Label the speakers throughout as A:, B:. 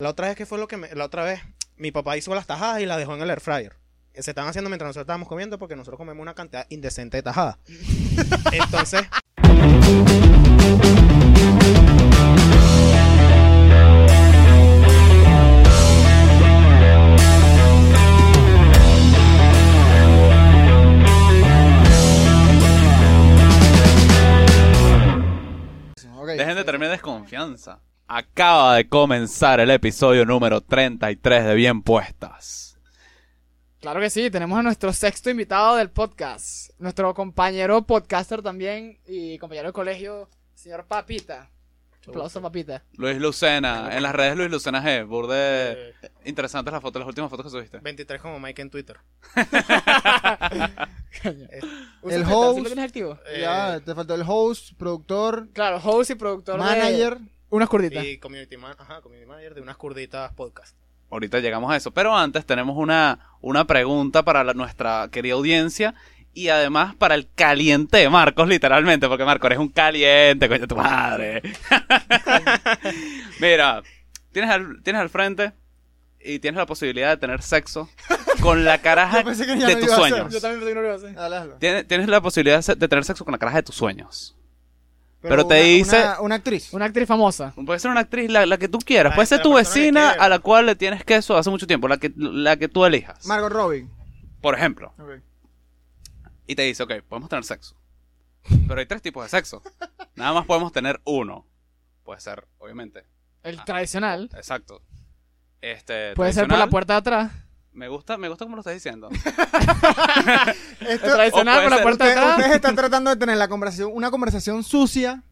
A: La otra vez que fue lo que me, la otra vez, mi papá hizo las tajadas y las dejó en el air fryer. Eh, Se estaban haciendo mientras nosotros estábamos comiendo porque nosotros comemos una cantidad indecente de tajadas. Entonces,
B: Ok.
C: Dejen de tenerme desconfianza. Acaba de comenzar el episodio número 33 de Bien Puestas.
B: Claro que sí, tenemos a nuestro sexto invitado del podcast, nuestro compañero podcaster también y compañero de colegio, señor Papita. Aplauso, Papita.
C: Luis Lucena, en las redes Luis Lucena G. Burde. Interesantes las fotos, las últimas fotos que subiste.
A: 23 como Mike en Twitter.
B: Usa
D: El
B: Twitter, ¿sí
D: host.
B: lo tienes activo?
A: Eh,
D: Ya, te faltó el host, productor,
B: Claro, host y productor. de-
D: manager.
B: Unas curditas.
A: y community, man- ajá, community manager de unas curditas podcast.
C: Ahorita llegamos a eso. Pero antes tenemos una, una pregunta para la- nuestra querida audiencia. Y además para el caliente de Marcos, literalmente, porque Marcos eres un caliente, coño tu madre. Mira, tienes al, tienes al frente y tienes la posibilidad de tener sexo con la caraja
D: Yo pensé que ya
C: de
D: lo
C: tus
D: iba a hacer.
C: sueños.
B: Yo también estoy nervioso. ¿eh?
D: Dale, hazlo.
C: Tienes, tienes la posibilidad de tener sexo con la caraja de tus sueños. Pero te
D: una-
C: dice-
D: Una, una actriz.
B: Una actriz famosa.
C: Puede ser una actriz, la, la que tú quieras.
D: Ah,
A: La-
C: Puede ser
A: la
C: tu
A: persona que
C: vecina
A: quieras.
C: a la cual le tienes queso hace mucho tiempo, la que, la que tú elijas.
D: Margot Robin.
C: Por ejemplo.
D: Ok.
C: Y te dice, ok, podemos tener sexo. Pero hay tres tipos de sexo. Nada más podemos tener uno. Puede ser, obviamente.
B: El
C: Ah.
B: tradicional.
C: Exacto. Este,
B: Puede ser por
C: tradicional.
B: la puerta de atrás.
C: Me gusta, me gusta como lo estás diciendo.
B: El
D: Esto-
B: tradicional
C: puede
B: por la
C: ser-
B: puerta de
D: usted-
B: atrás.
D: ustedes están tratando de tener la conversación, una conversación sucia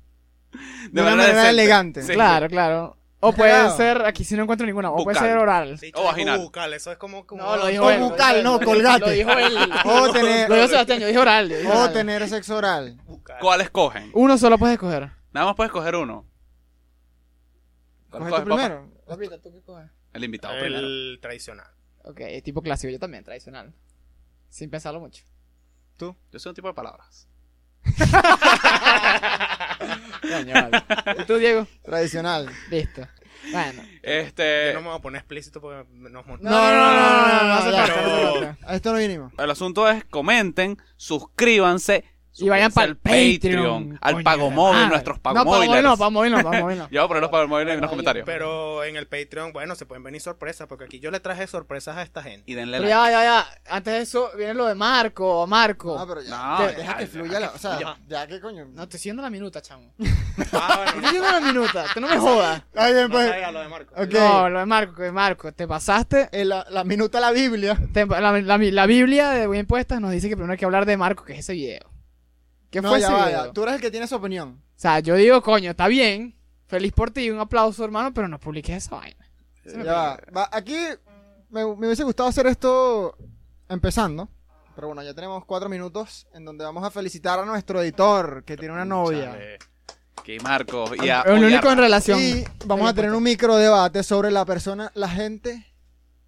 D: de,
C: De
D: una
C: manera
D: manera
C: decente.
D: elegante.
C: Sí.
B: Claro, claro. O puede
D: Claro.
B: ser, aquí sí no encuentro ninguna, o puede
C: Bucal.
B: ser oral.
A: Sí,
C: O
A: chico,
C: vaginal.
A: bucal, eso es como, como
B: No, lo dijo
D: O
B: él. lo
D: bucal,
B: dijo él,
D: no,
B: lo dijo-
D: colgate.
B: Lo dijo él.
D: O tener-
B: Lo dijo Sebastián, yo dije oral. yo dije
D: O
B: oral.
D: tener sexo oral.
A: bucal.
C: ¿Cuál escogen?
B: Uno solo puedes escoger.
C: Nada más puedes coger uno. ¿Cuál
D: Coge
C: escoges,
D: tú
C: papá?
D: primero.
B: Papita, ¿tú qué coges?
C: El invitado primero.
A: El tradicional.
B: Ok, tipo clásico, yo también, tradicional. Sin pensarlo mucho.
C: Yo soy un tipo de palabras.
B: Coño, vale. ¿Y tú, Diego?
D: Tradicional.
B: Listo. Bueno.
C: Este.
A: Yo no me voy a poner explícito porque nos montamos.
D: No, no, no, no, no, no,
B: hace
D: ya,
B: falta, no hace
A: pero-
B: falta.
D: A esto no vinimos.
C: El asunto es comenten, suscríbanse.
B: Y vayan
C: suscríbanse
B: pa'l Patreon.
C: al
B: coño
C: pago
B: de
C: móvil,
B: madre.
C: nuestros pago
B: Ah, No, pago móvil
C: móviles.
B: no, pago móvil no, pago móvil no.
C: Yo voy a poner los pago móviles en los
B: Pero-
C: comentarios.
A: Pero en el Patreon, bueno, se pueden venir sorpresas porque aquí yo le traje sorpresas a esta gente.
C: y denle
B: Pero
C: like.
B: ya, ya, ya. Antes de eso viene lo de Marco, Marco.
D: No, pero ya.
C: No,
D: ya,
C: ya,
D: deja que
C: ya,
D: fluya la. O sea,
A: fluya.
D: ya que coño.
B: No, te estoy dando la minuta, chamo.
A: Ah,
B: Te estoy dando la minuta, tú no me jodas.
D: Está bien,
A: No
D: pues.
A: sabía lo de Marco.
D: Ok.
B: No, lo de Marco, que Marco, te pasaste.
D: eh, la, la minuta la Biblia.
B: Te- la, la- la Biblia de Bien Puestas nos dice que primero hay que hablar de Marco, que es ese video. ¿Qué
D: no,
B: fue
D: ya
B: ese
D: va,
B: video?
D: ya. Tú eres el que tiene su opinión.
B: O sea, yo digo, coño, está bien. Feliz por ti, un aplauso, hermano, pero no publiques esa vaina. Esa es mi
D: Ya va. Va, Aquí me, me hubiese gustado hacer esto empezando. Pero bueno, ya tenemos cuatro minutos en donde vamos a felicitar a nuestro editor que tiene una novia.
C: Chale. Que Marcos y a
B: opinión. El único en
C: Oyarra.
B: relación.
D: Y vamos a tener un micro debate sobre la persona, la gente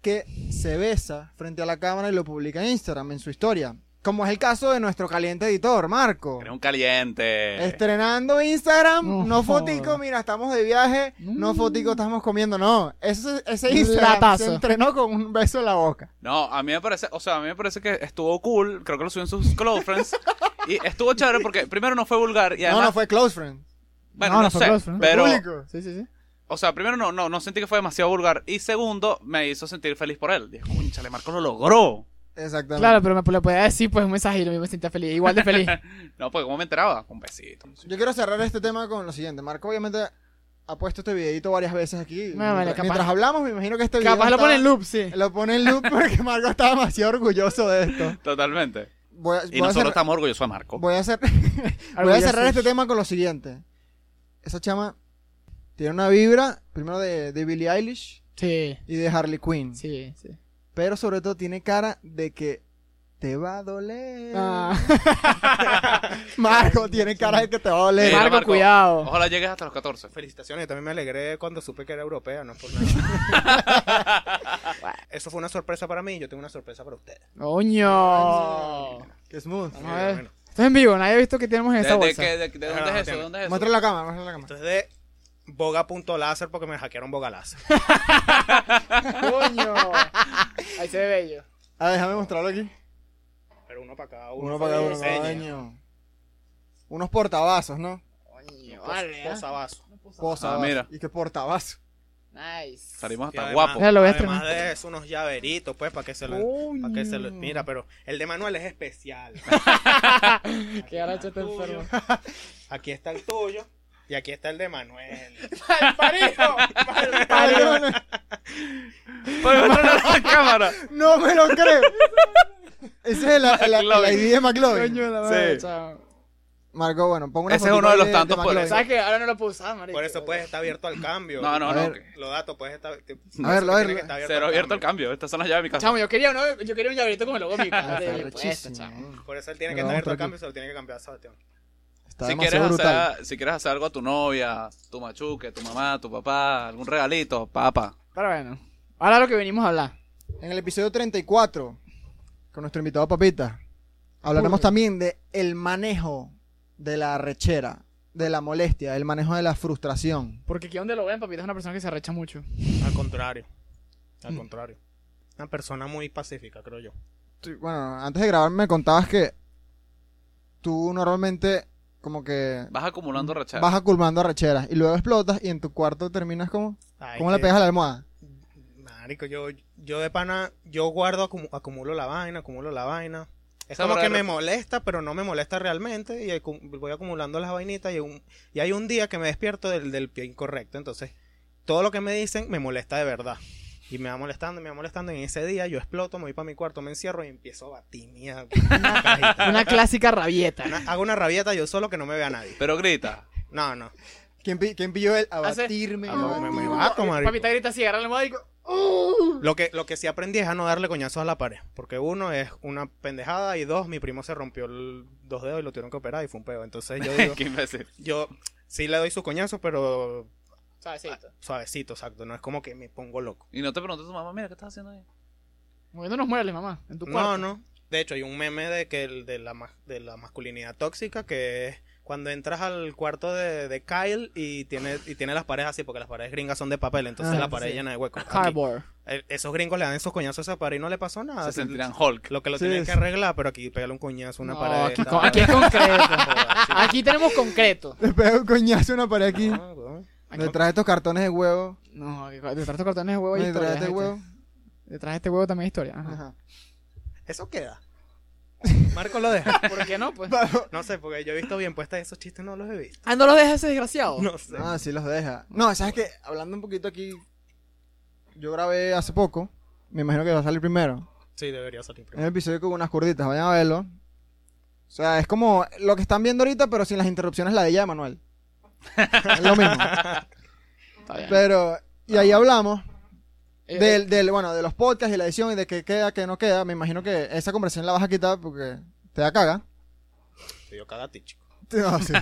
D: que se besa frente a la cámara y lo publica en Instagram, en su historia. Como es el caso de nuestro caliente editor, Marco.
C: Eres un caliente.
D: Este- Estrenando Instagram,
B: No
D: no,
B: joda.
D: fotico, mira, estamos de viaje, no
B: Mm.
D: fotico, estamos comiendo, no. Ese, ese
B: Un
D: Instagram
B: latazo.
D: se entrenó con un beso en la boca.
C: No, a mí me parece, o sea, a mí me parece que estuvo cool. Creo que lo subió en sus close friends. y estuvo chévere porque primero no fue vulgar y además,
D: no, no fue close friend.
C: bueno,
B: No,
C: no,
B: no fue
C: sé,
B: close friend.
C: pero
D: Público.
B: Sí, sí, sí.
C: o sea, primero no, no, no sentí que fue demasiado vulgar y segundo me hizo sentir feliz por él. Dije, "Cónchale, Marcos lo logró."
D: Exactamente.
B: Claro, pero me le podía decir pues un mensaje y lo mismo me sentía feliz, igual de feliz.
C: No, porque cómo me enteraba, un besito.
D: Yo quiero cerrar este tema con lo siguiente. Marco, obviamente, ha puesto este videito varias veces aquí.
B: No, vale,
D: mientras,
B: capaz-
D: mientras hablamos, me imagino que este video.
B: Capaz lo
D: estaba-
B: pone en loop, sí.
D: Lo pone en loop porque Marco está demasiado orgulloso de esto.
C: Totalmente.
D: Voy a,
C: Y
D: voy a
C: nosotros
D: cerrar-
C: estamos orgullosos de Marco.
D: voy a hacer- voy a
B: Orgulloso.
D: cerrar este tema con lo siguiente. Esa chama tiene una vibra, primero de, de Billie Eilish
B: Sí,
D: y de Harley Quinn.
B: sí, sí.
D: Eh, Pero sobre todo tiene cara de que te va a doler.
B: Ah.
D: Marco tiene cara de que te va a doler.
C: Sí,
B: Marco,
C: Marco.
B: cuidado.
C: Ojalá llegues hasta los 14.
A: Felicitaciones, yo también me alegré cuando supe que era europea, no es por nada. Eso fue una sorpresa para mí y yo tengo una sorpresa para ustedes.
B: Coño.
D: Qué smooth.
B: Vamos a ver. Esto es en vivo, nadie ha visto que tenemos en
C: ¿De, de
B: esa bolsa.
C: qué- de- de dónde es eso? ¿De dónde es eso?
D: Muestra la cámara, muestra la cámara.
A: Entonces, de boga.láser porque me hackearon boga láser.
B: ¡Coño! Ahí se ve bello.
D: Ah, déjame mostrarlo aquí.
A: Pero uno para cada uno.
D: Uno para cada uno.
A: diseña.
D: coño. Unos portavasos, ¿no?
B: Coño,
A: Pos-
B: vale. ¿eh?
A: posavasos.
D: Posavasos.
C: Ah, mira.
D: Y que portavasos.
B: Nice.
C: Salimos
A: Y
C: hasta
A: además-
C: guapos.
B: Mira, lo voy a
A: además
B: estrenar.
A: de eso, unos llaveritos, pues, para que se lo... Para que se lo... Mira, pero el de Manuel es especial.
B: Qué garacho te
A: Tuyo.
B: enfermo.
A: Aquí está el tuyo y aquí está el de Manuel.
B: ¡Parijo!
D: Ay, no, no,
C: Podemos entrar a la cámara.
D: no me lo creo. Ese es el, el, el
C: McLovin.
D: ID de
B: Coño,
D: McLovin.
B: de la
C: Sí.
B: madre, chao.
D: Marco, bueno, pongo una
C: Ese es
D: fotito
C: uno de los tantos por-
D: McLovin.
B: ¿Sabes qué? Ahora no lo puedo usar, marico.
A: Por eso, pues, está abierto al cambio.
C: No, no,
D: A
C: no.
D: ver.
C: que-
A: Los datos, pues, está...
D: A verlo, a
A: tiene que
D: verlo.
A: estar
C: Cero abierto el cambio. Estas son las llaves de mi casa.
B: Chamo, yo quería, uno, yo quería un llaverito con el logo de mi
D: Ah,
B: casa.
D: Está
B: de mi puesta,
D: rechísimo,
B: chamo.
D: eh.
A: Por eso él tiene que
D: Pero
A: estar abierto al
D: vamos
A: cambio y se lo tiene que cambiar a Sebastián.
D: Está
C: Si quieres,
D: demasiado brutal.
C: hacer, si quieres hacer algo a tu novia, tu machuque, tu mamá, tu papá, algún regalito, papá.
B: Pero bueno. Ahora lo que venimos a hablar.
D: En el episodio 34, con nuestro invitado Papita, hablaremos también de el manejo de la rechera, de la molestia, el manejo de la frustración.
B: Porque aquí donde lo ven, papita es una persona que se arrecha mucho.
A: Al contrario.
D: Mm.
A: Al contrario. Una persona muy pacífica, creo yo.
D: Tú- Bueno, antes de grabar me contabas que tú normalmente como que
C: Vas acumulando rechazos.
D: vas acumulando recheras y luego explotas y en tu cuarto terminas como...
A: Ay,
D: ¿Cómo le
A: que-
D: pegas a la almohada?
A: Marico, yo, yo de pana, yo guardo, acumu- acumulo la vaina, acumulo la vaina. Es
C: O sea,
A: como
C: para
A: que
C: ver-
A: me molesta, pero no me molesta realmente. Y acu- voy acumulando las vainitas. Y, un- y hay un día que me despierto del, del pie incorrecto. Entonces, todo lo que me dicen me molesta de verdad. Y me va molestando, me va molestando. Y en ese día yo exploto, me voy para mi cuarto, me encierro y empiezo a batir mi- una cajita.
B: Una clásica rabieta.
A: Una- hago una rabieta yo solo que no me vea nadie.
C: Pero grita.
A: No, no.
D: ¿Quién, pi- quién pilló el
B: Hace-
D: abatirme?
A: Ah, no, me- me
D: abatirme?
A: bato, marico.
B: Papita grita así, agarra el almohada y digo,
A: Lo que, lo que sí aprendí es a no darle coñazos a la pared. Porque uno es una pendejada y dos, mi primo se rompió el- dos dedos y lo tuvieron que operar y fue un peo. Entonces yo digo,
C: Qué imbécil.
A: yo sí le doy su coñazo, pero
B: Suavecito.
A: suavecito, exacto. No es como que me pongo loco.
C: Y no te preguntas a tu mamá, mira, ¿qué estás haciendo ahí?
B: Moviendo unos muebles, mamá. En tu cuarto.
A: No, no. De hecho, hay un meme de que el- de, la, ma- de la masculinidad tóxica que es cuando entras al cuarto de, de Kyle y tiene, y tiene las paredes así, porque las paredes gringas son de papel, entonces
D: Ah,
A: la pared
B: sí.
A: llena de huecos. Aquí,
B: Cardboard.
A: el- esos gringos le dan esos coñazos a esa pared y no le pasó nada.
C: Se
A: Simple-
C: sentirán Hulk.
A: Lo que lo
D: Ah, Sí,
A: tienen
D: sí.
A: que arreglar, pero aquí pegarle un coñazo a una
B: No,
A: pared. Ah,
B: Aquí,
A: está-
B: co- aquí es concreto. Aquí tenemos concreto.
D: Le pego un coñazo a una pared aquí.
A: Ah, weón.
D: Detrás de estos cartones de huevo.
B: No, aquí- detrás de estos cartones de huevo hay
D: Detrás de
B: historia.
D: este huevo.
B: Detrás de este huevo también hay historia. Ajá.
D: Ajá.
A: Eso queda. Marco lo deja.
B: ¿Por qué no? Pues.
A: No sé, porque yo he visto bien puestas esos chistes, no los he visto.
B: Ah, no lo dejes ese desgraciado.
A: No sé.
D: Ah, sí los deja. No, sabes que hablando un poquito aquí, yo grabé hace poco, me imagino que va a salir primero,
A: Sí, debería salir primero.
D: un episodio con unas curditas, vayan a verlo. O sea, es como lo que están viendo ahorita, pero sin las interrupciones la de ella de Manuel. es lo mismo.
B: Está bien.
D: Pero, y ahí hablamos
B: Eh,
D: del, del, bueno, de los podcasts y la edición y de qué queda, qué no queda. Me imagino que esa conversación la vas a quitar porque te da caga.
A: Sí, Yo cagate, chico.
D: No, sí.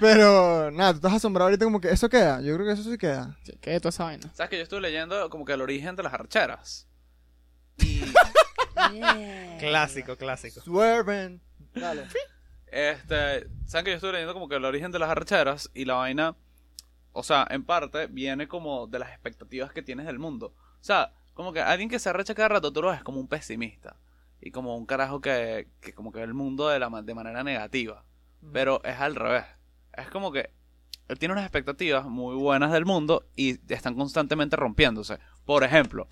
D: pero, nada, tú estás asombrado ahorita como que eso queda. Yo creo que eso sí queda.
B: eh, ¿Qué es toda esa vaina?
C: ¿Sabes que yo estuve leyendo como que el origen de las archeras? Y
B: Eh.
A: Clásico, clásico.
D: Swerven. Dale.
C: Este, saben que yo estuve leyendo como que el origen de las archeras y la vaina, o sea, en parte viene como de las expectativas que tienes del mundo. O sea, como que alguien que se arrecha cada rato, tú lo ves como un pesimista y como un carajo que, que como que ve el mundo de, la, ma- de manera negativa. Pero es al revés. Es como que él tiene unas expectativas muy buenas del mundo y están constantemente rompiéndose. Por ejemplo,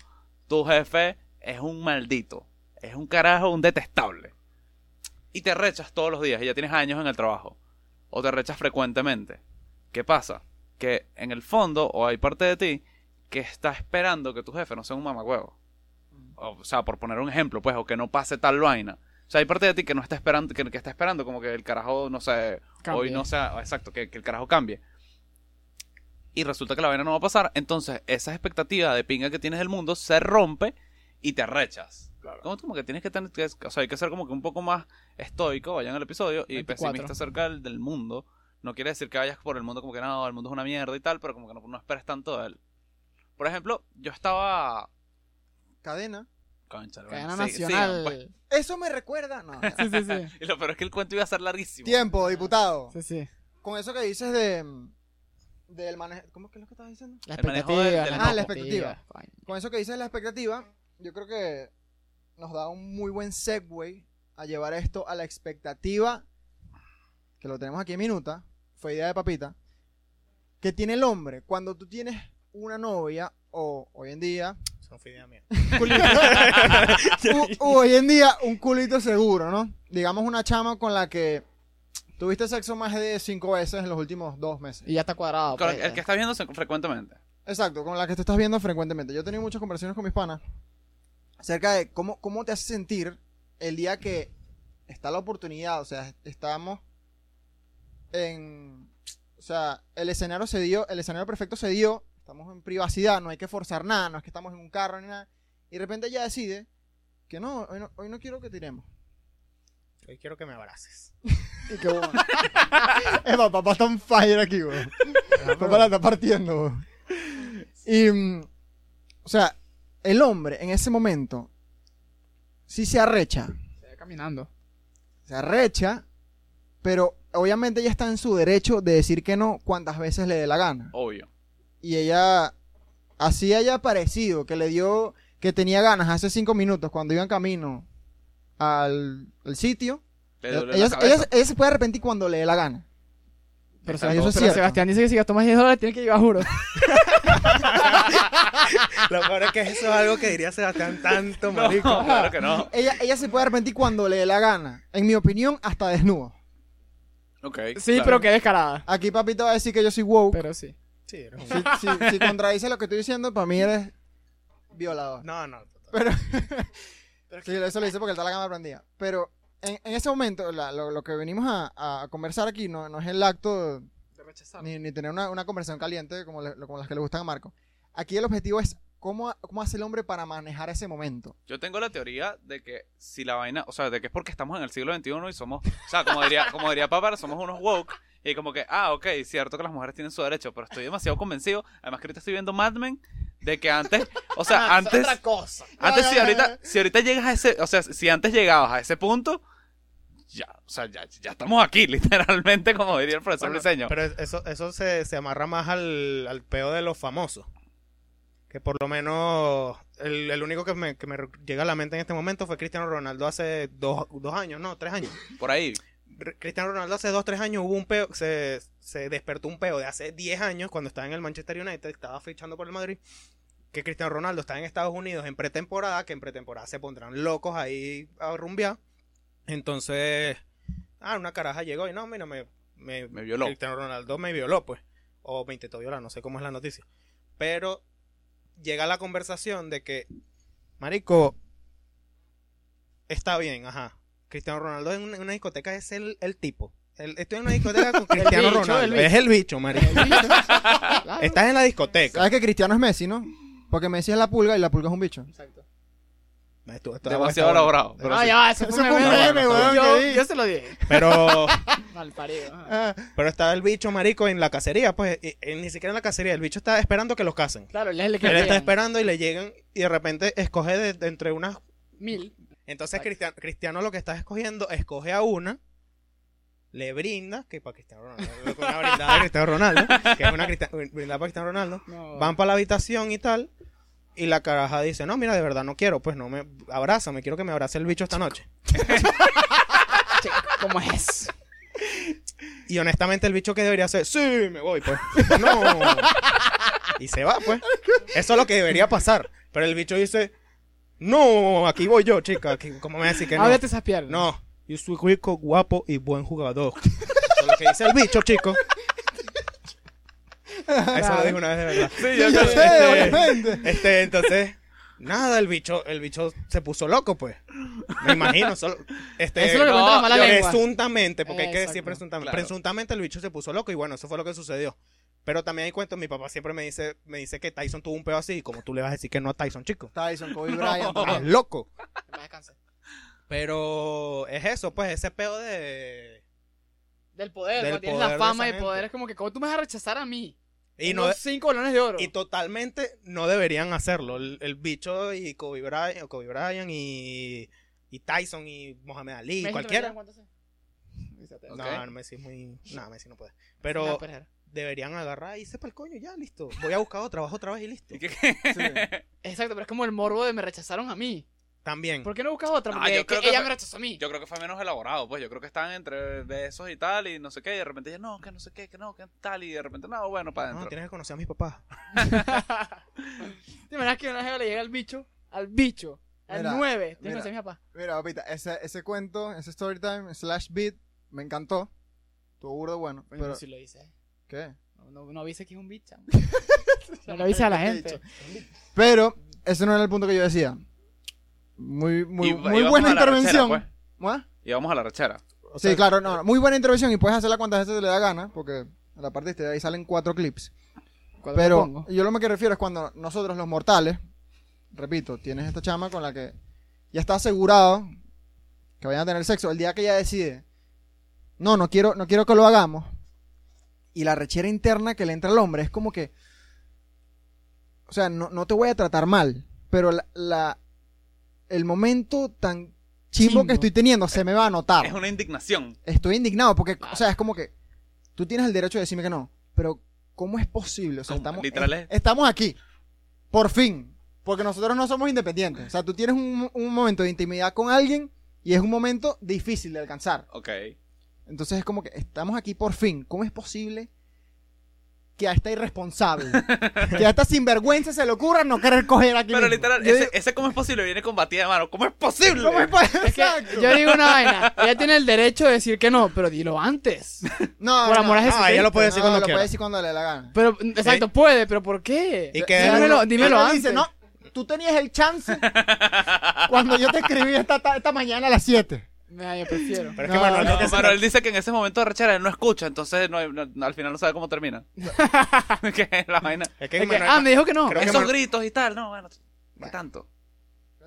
C: tu jefe es un maldito, es un carajo, un detestable. Y te rechas todos los días y ya tienes años en el trabajo. O te rechas frecuentemente. ¿Qué pasa? Que en el fondo, o hay parte de ti, que está esperando que tu jefe no sea un mamagüevo. O, o sea, por poner un ejemplo, pues, o que no pase tal vaina. O sea, hay parte de ti que no está esperando, que, que está esperando como que el carajo, no sé,
B: Cambie.
C: hoy no sea, exacto, que, que el carajo cambie. Y resulta que la vaina no va a pasar, entonces esa expectativa de pinga que tienes del mundo se rompe y te arrechas. Como, como que tienes que tener, que- o sea, hay que ser como que un poco más estoico, vayan al episodio, y
B: 24.
C: pesimista acerca del, del mundo. No quiere decir que vayas por el mundo como que no, el mundo es una mierda y tal, pero como que no, no esperes tanto de él. Por ejemplo, yo estaba...
D: Cadena.
C: Concha,
B: Cadena
C: bueno, sí- sigan,
B: nacional.
C: pues.
D: Eso me recuerda. No. ya.
B: Sí, sí, sí.
C: Y lo peor es que el cuento iba a ser larguísimo.
D: Tiempo, diputado.
B: Sí, sí.
D: Con eso que dices de, mm, del manejo. ¿Cómo es que es lo que estás diciendo?
B: La
C: El manejo del-
B: expectativa,
C: del
D: enojo. Ah, la expectativa.
B: coño.
D: Con eso que dices la expectativa, yo creo que nos da un muy buen segue a llevar esto a la expectativa, que lo tenemos aquí en minuta, fue idea de papita, que tiene el hombre cuando tú tienes una novia o hoy en día,
A: Son fideas mías.
D: culito- u- u hoy en día un culito seguro, ¿no? Digamos una chama con la que tuviste sexo más de cinco veces en los últimos dos meses.
B: Y ya está cuadrado.
C: Con
B: pues,
C: el, el que
B: ya.
C: estás viendo se- frecuentemente.
D: Exacto, con la que te estás viendo frecuentemente. Yo he tenido muchas conversaciones con mis panas acerca de cómo, cómo te hace sentir el día que está la oportunidad, o sea, estamos en... O sea, el escenario se dio, el escenario perfecto se dio, estamos en privacidad, no hay que forzar nada, no es que estamos en un carro ni nada, y de repente ella decide que no, hoy no, hoy no quiero que tiremos.
A: Hoy quiero que me abraces.
D: Y que bueno. Eva, papá está on fire aquí, weón. Papá la está partiendo, weón. Y, mm, o sea, el hombre en ese momento sí se arrecha.
B: Se va caminando.
D: Se arrecha, pero obviamente ella está en su derecho de decir que no cuantas veces le dé la gana.
C: Obvio.
D: Y ella, así haya parecido, que le dio, que tenía ganas hace cinco minutos cuando iban camino al, al sitio.
C: Le
D: Ella,
C: duele
D: ella-
C: la cabeza.
D: ella se puede arrepentir cuando le dé la gana.
B: Pero,
D: Exacto.
B: Seb-
D: Eso es
B: pero
D: cierto.
B: Sebastián dice que si gastó más de 10 dólares tiene que llevar juro.
A: Lo peor es que eso es algo que diría Sebastián tanto,
C: No,
A: marico.
C: claro que no.
D: Ella, ella se puede arrepentir cuando le dé la gana. En mi opinión, hasta desnudo.
C: Ok.
B: Sí,
C: claro.
B: pero que descarada.
D: Aquí papito va a decir que yo soy woke.
B: Pero sí.
A: Sí, era un-
D: Si, si- si contradice lo que estoy diciendo, para mí eres violador.
A: No, no.
D: Sí, eso lo dice porque él está la cámara prendida. Pero en, en ese momento, la- lo, lo que venimos a, a conversar aquí no, no es el acto ni, ni tener una, una conversación caliente como, le- como las que le gustan a Marco. Aquí el objetivo es cómo, cómo hace el hombre para manejar ese momento.
C: Yo tengo la teoría de que si la vaina, o sea, de que es porque estamos en el siglo XXI y somos, o sea, como diría, como diría papá, somos unos woke. Y como que, ah, ok, cierto que las mujeres tienen su derecho, pero estoy demasiado convencido. Además que ahorita estoy viendo Mad Men, de que antes, o sea, antes,
B: cosa.
C: antes si
D: Ya, ya, ya,
C: ahorita, si ahorita llegas a ese, o sea, si antes llegabas a ese punto, ya, o sea, ya, ya estamos aquí, literalmente, como diría el profesor
A: Bueno,
C: Briseño.
A: Pero eso, eso se, se amarra más al, al peo de los famosos. Que por lo menos el, el único que me, que me llega a la mente en este momento fue Cristiano Ronaldo hace dos, dos años, no, tres años.
C: Por ahí,
A: Re- Cristiano Ronaldo hace dos, tres años hubo un peo, se, se despertó un peo de hace 10 años cuando estaba en el Manchester United, estaba fichando por el Madrid, que Cristiano Ronaldo está en Estados Unidos en pretemporada, que en pretemporada se pondrán locos ahí a rumbear. Entonces, ah, una caraja llegó y no, mira, me, me,
C: me violó.
A: Cristiano Ronaldo me violó, pues. O me intentó violar, no sé cómo es la noticia. Pero llega la conversación de que, Marico, está bien, ajá. Cristiano Ronaldo en una, en una discoteca es el, el tipo. El- estoy en una discoteca con Cristiano
B: bicho,
A: Ronaldo.
B: el bicho.
A: es el bicho, Marico. Estás en la discoteca.
D: ¿Sabes que Cristiano es Messi, no? Porque Messi es la pulga y la pulga es un bicho.
B: Exacto.
A: Esto- esto-
C: Demasiado
A: está bueno.
C: elaborado. Pero
B: ah,
C: sí.
B: ya, eso fue
D: Eso
B: un
D: fue
C: un
B: meme,
C: meme,
D: weón, que
B: Yo,
D: vi.
B: yo se lo dije.
A: Pero,
B: Mal parido. ajá.
D: Ah,
A: pero está el bicho, Marico, en la cacería. Pues y- y ni siquiera en la cacería. El bicho está esperando que los casen.
B: Claro, él es el que
A: Él está
B: llega.
A: esperando y le llegan y de repente escoge de- de entre unas
B: Mil.
A: Entonces
B: Exacto.
A: Cristiano, Cristiano lo que está escogiendo, escoge a una, le brinda, que para Cristiano Ronaldo, una brindada de Cristiano Ronaldo, que es una crista- brindada para Cristiano Ronaldo,
B: No.
A: van para la habitación y tal, y la caraja dice, no, mira, de verdad no quiero, pues no me abraza, me quiero que me abrace el bicho esta noche.
B: Che, ¿Cómo es eso?
A: Y honestamente el bicho que debería hacer, sí, me voy, pues, no. Y se va, pues. Eso es lo que debería pasar. Pero el bicho dice, no, aquí voy yo, chica, aquí- ¿cómo me vas a decir que no?
B: Ábrete Ah, esas piernas.
A: No, yo soy rico, guapo y buen jugador. Eso es lo que dice el bicho, chico. Eso lo dije una vez de verdad.
C: Sí,
D: yo
C: yo
D: sé,
C: sé.
D: obviamente.
A: Este, entonces, nada, el bicho, el bicho se puso loco, pues. Me imagino, solo, este,
B: Eso es lo que
C: no,
B: cuenta la mala
A: yo-
B: lengua.
A: presuntamente, porque hay que decir
B: Exacto.
A: presuntamente.
C: Claro.
A: Presuntamente el bicho se puso loco y bueno, eso fue lo que sucedió. Pero también hay cuentos, mi papá siempre me dice, me dice que Tyson tuvo un peo así, y como tú le vas a decir que no a Tyson, chico.
D: Tyson, Kobe Bryant.
A: Estás
D: también.
A: loco.
B: Descansa.
A: Pero es eso, pues, ese peo de
B: Del poder,
A: Del
B: cuando tienes
A: poder
B: la
A: de
B: fama
A: esa
B: y el poder.
A: gente.
B: Es como que, ¿cómo tú me vas a rechazar a mí?
A: Y,
B: Tengo
A: no,
B: cinco balones de oro.
A: y totalmente no deberían hacerlo. El, el bicho y Kobe Bryant, Kobe Bryant y, y Tyson y Mohamed Ali,
B: México,
A: cualquiera.
B: ¿cuántos son?
A: No,
C: Ok.
A: Messi es muy. No, Messi no puede.
B: No,
A: Pero,
B: pero-
A: deberían agarrar y irse para el coño, ya, listo. Voy a buscar otro trabajo otra vez y listo.
C: ¿Y qué-
B: Exacto, pero es como el morbo de me rechazaron a mí.
A: También.
B: ¿Por qué no buscas otra?
C: No,
B: Porque
C: yo
B: es que
C: creo que
B: ella
C: fue-
B: me rechazó a mí.
C: Yo creo que fue menos elaborado, pues yo creo que estaban entre de esos y tal y no sé qué, y de repente dije, no, que no sé qué, que no, que tal, y de repente, no, bueno, para
A: No,
C: adentro.
A: Ah, tienes que conocer a mis papás.
B: ¿Te imaginas que una jeva le llega al bicho? Al bicho. Al
D: Mira,
B: 9.
D: mira.
B: Tengo que ser mi papá.
D: Mira, papita, ese, ese cuento, ese story time, slash beat, me encantó. Estuvo burdo bueno.
B: Pero,
D: Pero,
B: si lo dices.
D: ¿qué?
B: No, no, no avise que es un bicho. no lo avise a la
D: Te he
B: gente.
D: dicho. Pero, ese no era el punto que yo decía. Muy, muy,
C: Y- y
D: muy
C: vamos
D: buena
C: a la
D: intervención.
C: rechera, pues.
D: ¿Mua?
C: Y vamos a la rechera.
A: O
D: Sí,
A: sea,
D: claro, no, no, muy buena intervención y puedes hacerla cuantas veces te le da gana, porque a la parte de ahí salen cuatro clips.
B: Cuando me
D: Pero
B: pongo.
D: yo lo que me refiero es cuando nosotros los mortales, repito, tienes esta chama con la que ya está asegurado que vayan a tener sexo, el día que ella decide, no, no quiero, no quiero que lo hagamos, y la rechera interna que le entra al hombre es como que, o sea, no, no te voy a tratar mal, pero la, la- el momento tan chimbo,
B: Chimbo.
D: que estoy teniendo se me va a notar
C: Es una indignación.
D: estoy indignado porque, o sea, es como que tú tienes el derecho de decirme que no, pero ¿cómo es posible? O sea,
C: ¿Cómo?
D: estamos,
C: Literal
D: es-
C: es-
D: estamos aquí, por fin, porque nosotros no somos independientes. O sea, tú tienes un, un momento de intimidad con alguien y es un momento difícil de alcanzar.
C: Ok.
D: Entonces es como que estamos aquí por fin. ¿Cómo es posible que a esta irresponsable, que a esta sinvergüenza se le ocurra no querer coger aquí?
C: Pero
D: mismo?
C: literal,
D: Yo
C: ese,
D: digo,
C: ese cómo es posible viene con batida de mano. ¿Cómo es posible?
D: ¿Cómo es posible?
B: Es que
D: Exacto.
B: yo digo una vaina. Ella tiene el derecho de decir que no, pero dilo antes.
D: No,
B: Por amor a
A: no, ella lo puede decir
D: No,
A: cuando
D: lo
A: quiera.
D: puede decir cuando le dé la gana.
B: Pero, exacto, puede, pero ¿por qué?
A: Y que-
B: Dímelo, dímelo
D: Él me
B: antes.
D: dice, no, tú tenías el chance cuando yo te escribí esta, ta- esta mañana a las 7.
B: Mira, yo prefiero.
A: Pero es que
D: No,
A: Manuel
D: no,
A: no,
C: No, pero él dice que en ese momento de rechera él no escucha, entonces no, hay- no- al final no sabe cómo termina. que es la vaina.
A: Es que
B: Es que,
A: Manuel-
B: ah, me dijo que no.
A: Creo que
C: Esos
A: Mar-
C: gritos y tal, no, bueno, ¿qué tanto?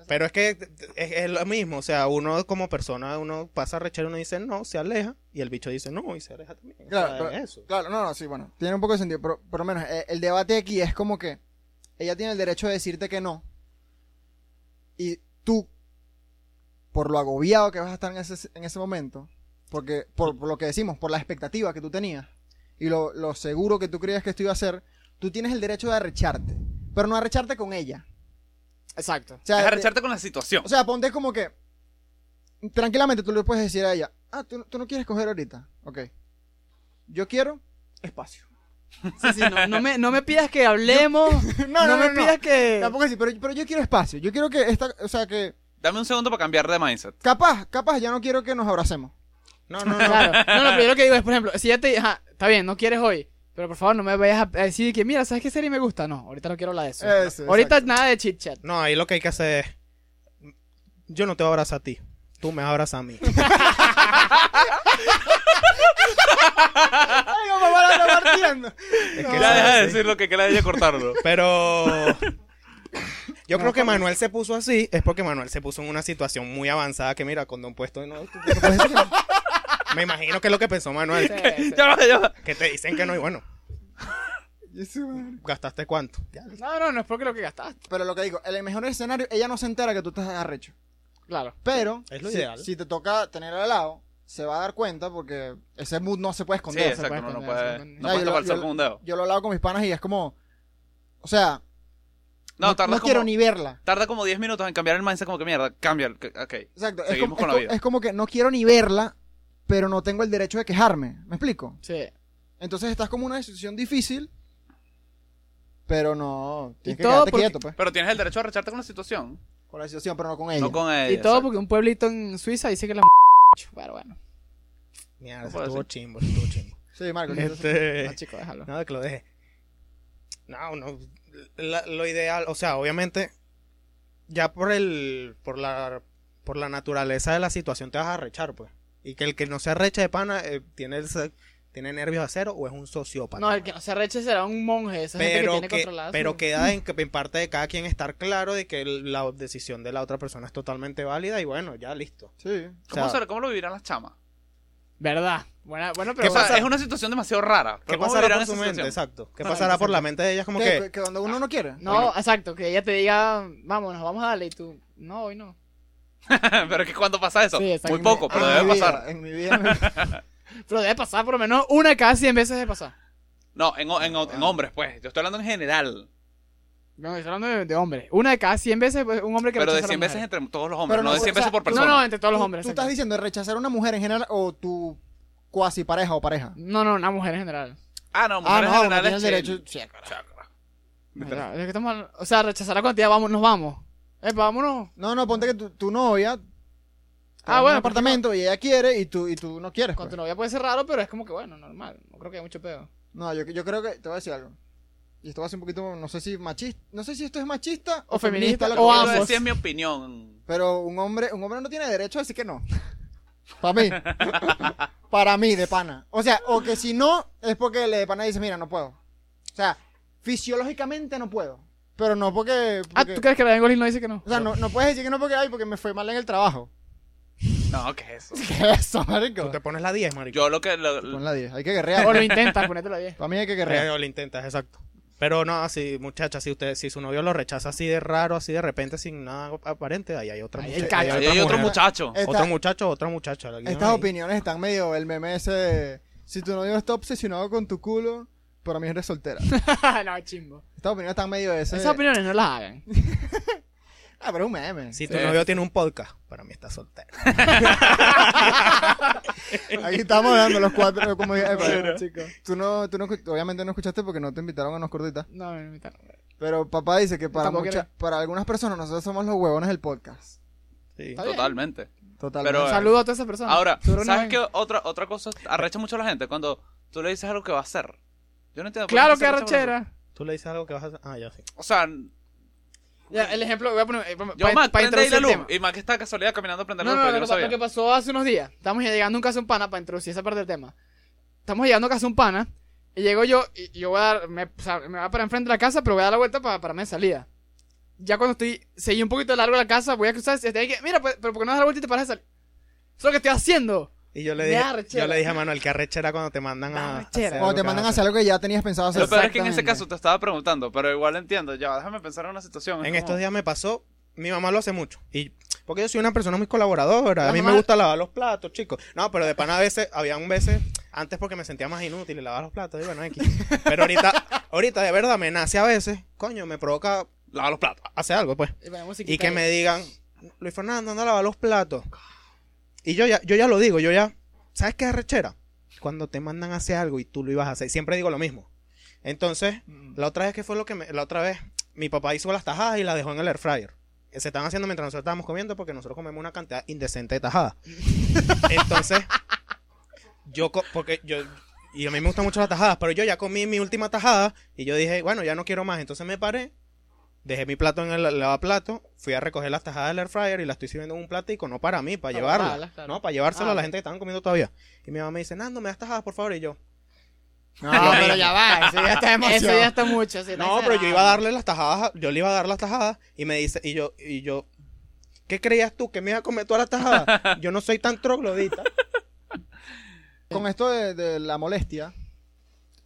A: Pero es que es, es lo mismo, o sea, uno como persona, uno pasa a rechar, uno dice no, se aleja, y el bicho dice no, y se aleja también. O
D: Claro,
A: sea,
D: pero-
A: es eso.
D: Claro, no, no, sí, bueno, tiene un poco de sentido, pero por lo menos eh, el debate aquí es como que ella tiene el derecho de decirte que no. Y tú, por lo agobiado que vas a estar en ese, en ese momento, porque por, por lo que decimos, por la expectativa que tú tenías y lo, lo seguro que tú creías que esto iba a ser, tú tienes el derecho de arrecharte, pero no arrecharte con ella.
B: Exacto.
D: O sea,
C: es
D: de-
C: arrecharte con la situación.
D: O sea, ponte como que. Tranquilamente tú le puedes decir a ella, ah, tú, tú no quieres coger ahorita. Ok. Yo quiero espacio.
B: Sí, sí, no, no me, no me pidas que hablemos. no, me pidas que.
D: Tampoco así, pero, pero yo quiero espacio. Yo quiero que esta. O sea, que.
C: Dame un segundo para cambiar de mindset.
D: Capaz, capaz ya no quiero que nos abracemos.
A: No, no, no.
B: Claro. No, no, pero yo lo que digo es, por ejemplo, si ya te. Ajá, está bien, no quieres hoy. Pero por favor, no me vayas a a decir que, mira, ¿sabes qué serie me gusta? No, ahorita no quiero hablar de eso.
A: Eh,
D: Eso,
B: ahorita nada de chit chat.
A: No, ahí lo que hay que hacer es. Yo no te voy a abrazar a ti. Tú me abrazas a mí.
D: Ay, vamos a acabar partiendo.
A: Es que eso
C: Ya
A: es
C: deja de
A: así.
C: decir lo que queda de cortarlo.
A: Pero. Yo creo que Manuel se puso así, es porque Manuel se puso en una situación muy avanzada que mira, cuando un puesto no. tú- tú puedes decir que no. Me imagino que es lo que pensó Manuel.
B: Sí, sí.
C: ya va, ya va.
A: Que te dicen que no, y bueno,
D: Eso, madre.
A: ¿gastaste cuánto?
B: No, no, no es porque lo que gastaste.
D: Pero lo que digo, en el mejor escenario, ella no se entera que tú estás arrecho.
B: Claro.
D: Pero,
A: Es lo
D: si,
A: ideal.
D: si te toca tener al lado, se va a dar cuenta porque ese mood no se puede
C: Sí,
D: esconder.
C: exacto, no, no
B: esconder, se
C: puede.
B: puede-
C: No
D: Ya, yo
C: puedes
D: lo-
C: tapar
D: yo
C: el sol
D: lo-
C: con un dedo.
D: Yo lo he hablado con mis panas y es como. O sea,
C: No,
D: no,
C: tarda
D: no
C: como,
D: quiero ni verla.
C: Tarda como 10 minutos en cambiar el mindset, como que mierda, cambia. el- Ok.
D: Exacto. Es
C: Seguimos
D: como,
C: con
D: es
C: la
D: co-
C: vida.
D: es como que no quiero ni verla, pero no tengo el derecho de quejarme. ¿Me explico?
B: Sí.
A: Eh,
D: Entonces estás como en una decisión difícil, pero no. Tienes que
B: todo
D: quedarte
B: porque-
D: quieto, pues.
C: Pero tienes el derecho a recharte con la situación,
D: Con la situación, pero no con ella.
C: no con eh, ella.
B: Y todo
C: exacto.
B: porque un pueblito en Suiza dice que las. m- Pero bueno.
A: Mierda,
C: No
A: eso
C: puedo
A: estuvo
C: decir.
A: chimbo, eso estuvo chimbo.
D: Sí, Marco.
B: Eh.
D: entonces-
A: Este.
B: No, chico, déjalo.
A: No, que lo deje. No, no. la- lo ideal, o sea, obviamente, ya por el, por la, por la naturaleza de la situación te vas a arrechar, pues. Y que el que no se arrecha de pana eh, tiene, el se- tiene nervios a cero o es un sociópata.
B: No, el que no se arreche será un monje. Esa gente que
A: pero
B: tiene
A: que,
B: controlada.
A: pero
B: su-
A: queda en, en parte de cada quien estar claro de que el- la decisión de la otra persona es totalmente válida y bueno, ya listo.
D: Sí.
C: ¿Cómo,
A: O sea,
C: será- ¿Cómo lo vivirán las chamas?
B: Verdad. Buena, bueno, pero.
A: ¿Qué
C: O sea,
A: pasa?
C: es una situación demasiado rara.
A: ¿Qué
C: pero ¿cómo
A: pasará
C: vivirán
A: por su
C: esa
A: mente?
C: situación?
A: Exacto. ¿Qué pasará por la mente de ellas? Como
D: Que,
A: que,
D: que cuando uno no quiere.
B: No, exacto, que ella te diga, vámonos, vamos a darle y tú, no, hoy no.
C: pero es que cuando pasa eso,
B: Sí, exacto.
C: muy poco, pero
D: En
C: debe
D: mi vida,
C: pasar.
D: En mi vida. me-
B: Pero debe pasar por lo menos una cada 100 veces de pasar.
C: No, en, ho- en ho- en
D: Ah.
C: hombres, pues. Yo estoy hablando en general.
B: No, estoy hablando de, de hombres. Una de cada 100 veces pues, un hombre que
C: Pero de
B: rechaza a la
C: 100 veces
B: mujer.
C: entre todos los hombres,
D: Pero
C: no,
D: no,
C: de 100
D: o sea,
C: veces por
D: no,
C: persona.
B: No, no, entre todos los
D: Tú-
B: hombres.
D: Tú estás
B: exacto.
D: diciendo rechazar a una mujer en general o tu cuasi pareja o pareja.
B: No, no, una mujer en general.
C: Ah, no,
D: Ah,
C: mujeres
D: no, no
C: generales,
D: tienes
C: chill.
D: derecho. Sí,
C: Chakra.
B: Ya, es que estamos- o sea, rechazar la cantidad, vamos, nos vamos. Eh, vámonos.
D: No, no, ponte que tu, tu novia. Ah,
B: Ah, bueno,
D: bueno. Un apartamento y ella quiere y tú, y tú no quieres.
B: Con tu
D: pues.
B: novia puede ser raro, pero es como que bueno, normal. No creo que haya mucho pedo.
D: No, yo, yo creo que te voy a decir algo. Y esto va a ser un poquito, no sé si machista, no sé si esto es machista
B: O feminista,
D: lo que
B: o
D: voy a
C: Pero
B: ambos.
C: sí es mi opinión.
D: Pero un hombre, un hombre no tiene derecho a decir que no. Para mí. Para mí, de pana. O sea, o que si no, es porque le de pana dice, mira, no puedo. O sea, fisiológicamente no puedo. Pero no porque.
B: Ah,
D: porque-
B: ¿tú crees que la Bengolín no dice que no?
D: O sea, no, no puedes decir que no porque, ay, porque me fue mal en el trabajo.
C: No, ¿qué es eso?
D: ¿Qué es eso, marico?
A: Tú te pones la 10, marico.
C: Yo lo que. lo-
D: Pon la 10. Hay que guerrear.
B: O lo intentas, ponételo bien.
D: Para mí hay que
A: Eh,
D: guerrear.
A: o lo intentas, exacto. Pero no, si muchacha, si usted, si su novio lo rechaza así de raro, así de repente, sin nada aparente, ahí hay otra
B: Ahí hay
A: muchacha.
B: cacho.
A: ahí
C: Ahí hay otro
A: mujer.
C: muchacho.
D: Esta-
A: Otro muchacho, otra muchacha. alguien
D: Estas
A: ahí.
D: opiniones están medio el meme ese. de, Si tu novio está obsesionado con tu culo, para mí eres soltera.
B: no, chimbo.
D: Estas opiniones están medio ese.
B: Esas opiniones no las hagan.
D: Ah, pero es un meme.
A: Si tu
C: Sí.
A: novio tiene un podcast, para mí está soltero.
D: Aquí estamos dando los cuatro, como dije, eh, chicos. Tú no, tú no, escu- obviamente no escuchaste porque no te invitaron a unos gorditas.
B: No, no, no, no.
D: Pero papá dice que para,
B: Tampoco
D: mucha-
B: quiere.
D: para algunas personas nosotros somos los huevones del podcast.
A: Sí.
B: Está bien.
C: Totalmente.
D: Totalmente.
C: Pero- eh,
B: Saludo a todas esas personas.
C: Ahora,
B: Seguro no
C: ¿sabes
B: ven.
C: qué? Otra, otra cosa arrecha mucho a la gente cuando tú le dices algo que va a hacer. Yo no entiendo. por qué
B: Claro
C: se
B: que
C: arrecha mucho.
B: arrachera.
A: Tú le dices algo que vas a hacer. Ah, ya sí.
C: O sea,
B: Ya, el ejemplo, voy a poner. eh, pa-
C: yo,
B: pa-
C: Mac,
B: pa
C: prende ahí la
B: introducir el
C: luz.
B: tema.
C: Y Mac está casualidad caminando a prender la
B: No,
C: luz,
B: no,
C: pero
B: no,
C: yo
B: lo,
C: no
B: pa- lo que
C: sabía.
B: pasó hace unos días. Estamos llegando a un casa un pana para introducir esa parte del tema. Estamos llegando a casa un pana. Y llego yo y yo voy a dar. Me, o sea, me voy a parar enfrente de la casa, pero voy a dar la vuelta para pararme de salida. Ya cuando estoy. Seguí un poquito de largo de la casa, voy a cruzar. este, hay que- mira, pues, pero ¿por qué no das la vuelta y te paras de salir? Eso es lo que estoy haciendo.
A: Y yo le
B: Me
A: dije,
B: arrechera.
A: yo le dije a Manuel que arrechera cuando te mandan
B: Da
A: a.
B: arrechera.
A: hacer
D: Cuando
A: algo
D: te
A: que
D: mandan a
A: vas
D: hacer algo que ya tenías pensado hacer.
C: Lo peor es que en ese
D: Exactamente.
C: caso te estaba preguntando, pero igual entiendo. Ya, déjame pensar en una situación. Es
A: En
C: como-
A: estos días me pasó, mi mamá lo hace mucho. Y porque yo soy una persona muy colaboradora,
B: La
A: a mí
B: mamá-
A: me gusta lavar los platos, chicos. No, pero de pana a veces, habían veces, antes porque me sentía más inútil y lavar los platos, y bueno, X. Pero ahorita, ahorita de verdad me nace a veces, coño, me provoca
C: Lava los platos.
A: hacer algo, pues.
B: Y, ponemos
A: Y
B: musiquita
A: que
B: ahí.
A: me digan, Luis Fernando, anda a lavar los platos. Y yo ya, yo ya lo digo, yo ya, ¿sabes qué es rechera? Cuando te mandan a hacer algo y tú lo ibas a hacer, siempre digo lo mismo. Entonces,
D: Mm.
A: la otra vez que fue lo que me, la otra vez, mi papá hizo las tajadas y las dejó en el air fryer. Que se estaban haciendo mientras nosotros estábamos comiendo porque nosotros comemos una cantidad indecente de tajadas. Entonces, yo, co- porque yo, y a mí me gustan mucho las tajadas, pero yo ya comí mi última tajada y yo dije, bueno, ya no quiero más. Entonces me paré, dejé mi plato en el lavaplato, fui a recoger las tajadas del air fryer y las estoy sirviendo en un platico, no para mí, para
B: Para
A: llevarla.
B: guardarlas, claro.
A: No, para llevársela
B: Ah,
A: a la
B: ok.
A: gente que estaban comiendo todavía. Y mi mamá me dice, Nando, me das tajadas, por favor. Y yo,
D: No,
A: Lo
D: pero
A: mismo.
D: ya va. Eso ya está
B: Eso ya
D: demasiado.
B: está mucho. sí, está
A: No, pero yo
B: exagerado.
A: iba a darle las tajadas, yo le iba a dar las tajadas y me dice, y yo, y yo, ¿qué creías tú? ¿Que me ibas a comer todas las tajadas? Yo no soy tan troglodita.
D: Con esto de, de la molestia,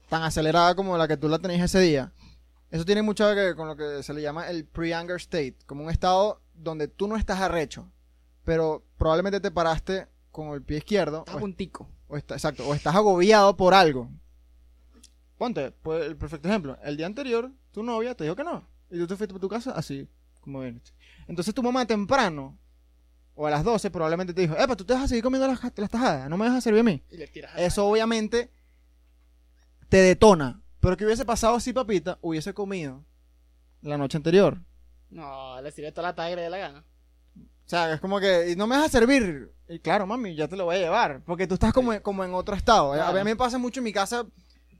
D: tan acelerada como la que tú la tenías ese día, eso tiene mucho que ver con lo que se le llama el pre-anger state, como un estado donde tú no estás arrecho, pero probablemente te paraste con el pie izquierdo
B: Está
D: o,
B: puntico.
D: o está- exacto, o estás agobiado por algo. Ponte, pues, el perfecto ejemplo. El día anterior, tu novia te dijo que no. Y tú te fuiste para tu casa así, como viniste. Entonces tu mamá temprano, o a las 12, probablemente te dijo, Epa, tú te vas a seguir comiendo las, las tajadas, no me dejas servir a mí.
B: Y le tiras. a-
D: Eso obviamente te detona. Pero que hubiese pasado si papita hubiese comido la noche anterior?
B: No, le sirve toda la tigre de la gana.
D: O sea, es como que y no me vas a servir. Y claro, mami, ya te lo voy a llevar. Porque tú estás como, como en otro estado. A mí
B: Claro.
D: me pasa mucho en mi casa.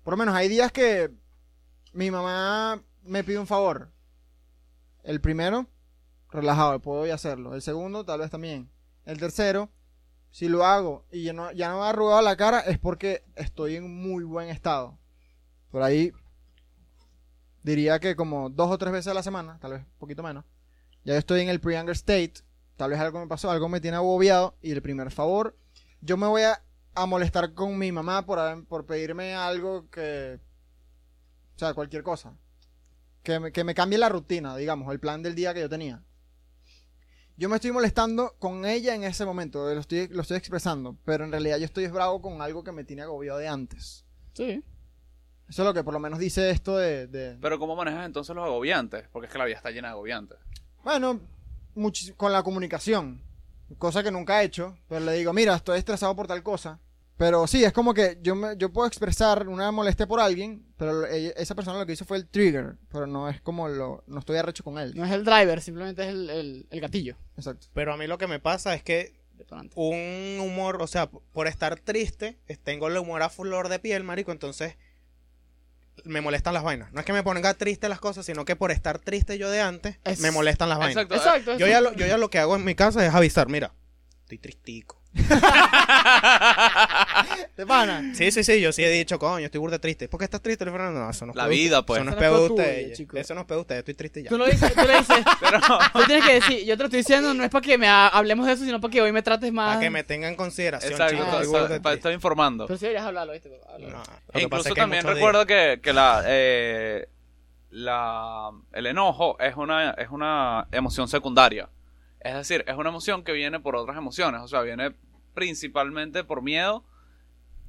D: Por lo menos hay días que mi mamá me pide un favor. El primero, relajado, puedo ya hacerlo. El segundo, tal vez también. El tercero, si lo hago y ya no, ya no me ha arrugado la cara, es porque estoy en muy buen estado. Por ahí diría que como dos o tres veces a la semana, tal vez un poquito menos. Ya yo estoy en el pre-anger state. Tal vez algo me pasó, algo me tiene agobiado. Y el primer favor, yo me voy a, a molestar con mi mamá por, haber- por pedirme algo que. O sea, cualquier cosa. Que me, que me cambie la rutina, digamos, el plan del día que yo tenía. Yo me estoy molestando con ella en ese momento, lo estoy, lo estoy expresando, pero en realidad yo estoy bravo con algo que me tiene agobiado de antes.
B: Sí.
D: Eso es lo que por lo menos dice esto de. de-
C: Pero ¿cómo manejas entonces los agobiantes? Porque es que la vida está llena de agobiantes.
D: Bueno, muchis- con la comunicación. Cosa que nunca he hecho. Pero le digo, mira, estoy estresado por tal cosa. Pero sí, es como que yo, me- yo puedo expresar una molestia por alguien, pero ella- esa persona lo que hizo fue el trigger, pero no es como lo... No estoy arrecho con él.
B: No es el driver, simplemente es el, el- el gatillo.
D: Exacto.
A: Pero a mí lo que me pasa es que
B: detonante.
A: un humor, o sea, p- por estar triste, es- tengo el humor a flor de piel, marico, entonces me molestan las vainas. No es que me ponga triste las cosas, sino que por estar triste yo de antes,
B: Es-
A: me molestan las vainas.
C: Exacto.
B: Exacto.
A: Yo
B: eso.
A: ya, lo, yo ya lo que hago en mi casa es avisar, mira, estoy tristico.
D: De pana.
A: Sí, sí, sí, yo sí he dicho, coño, estoy burda triste. ¿Por qué estás triste, Luis Fernando? No, eso no es
C: La
A: pedo-
C: vida, pues.
A: Eso no es
B: Esa no
A: pedo de
B: es tuya,
A: ustedes.
B: chico.
A: Eso no es pedo de ustedes, estoy triste ya.
B: Tú lo dices, tú le dices.
C: Pero
B: Tú tienes que decir, yo te lo estoy diciendo, no es para que me ha- hablemos de eso, sino para que hoy me trates más.
A: Para que me tengan en consideración,
C: Exacto,
A: chico,
C: está-
A: estoy burda
C: está- está-
A: triste.
C: está informando.
B: Pero sí deberías hablarlo, ¿viste? Háblalo.
A: No, lo que
C: E
A: pasa
C: incluso
A: es que hay
C: también
A: muchos
C: recuerdo que, que la, eh, la- el enojo es una, es una emoción secundaria. Es decir, es una emoción que viene por otras emociones. O sea, viene principalmente por miedo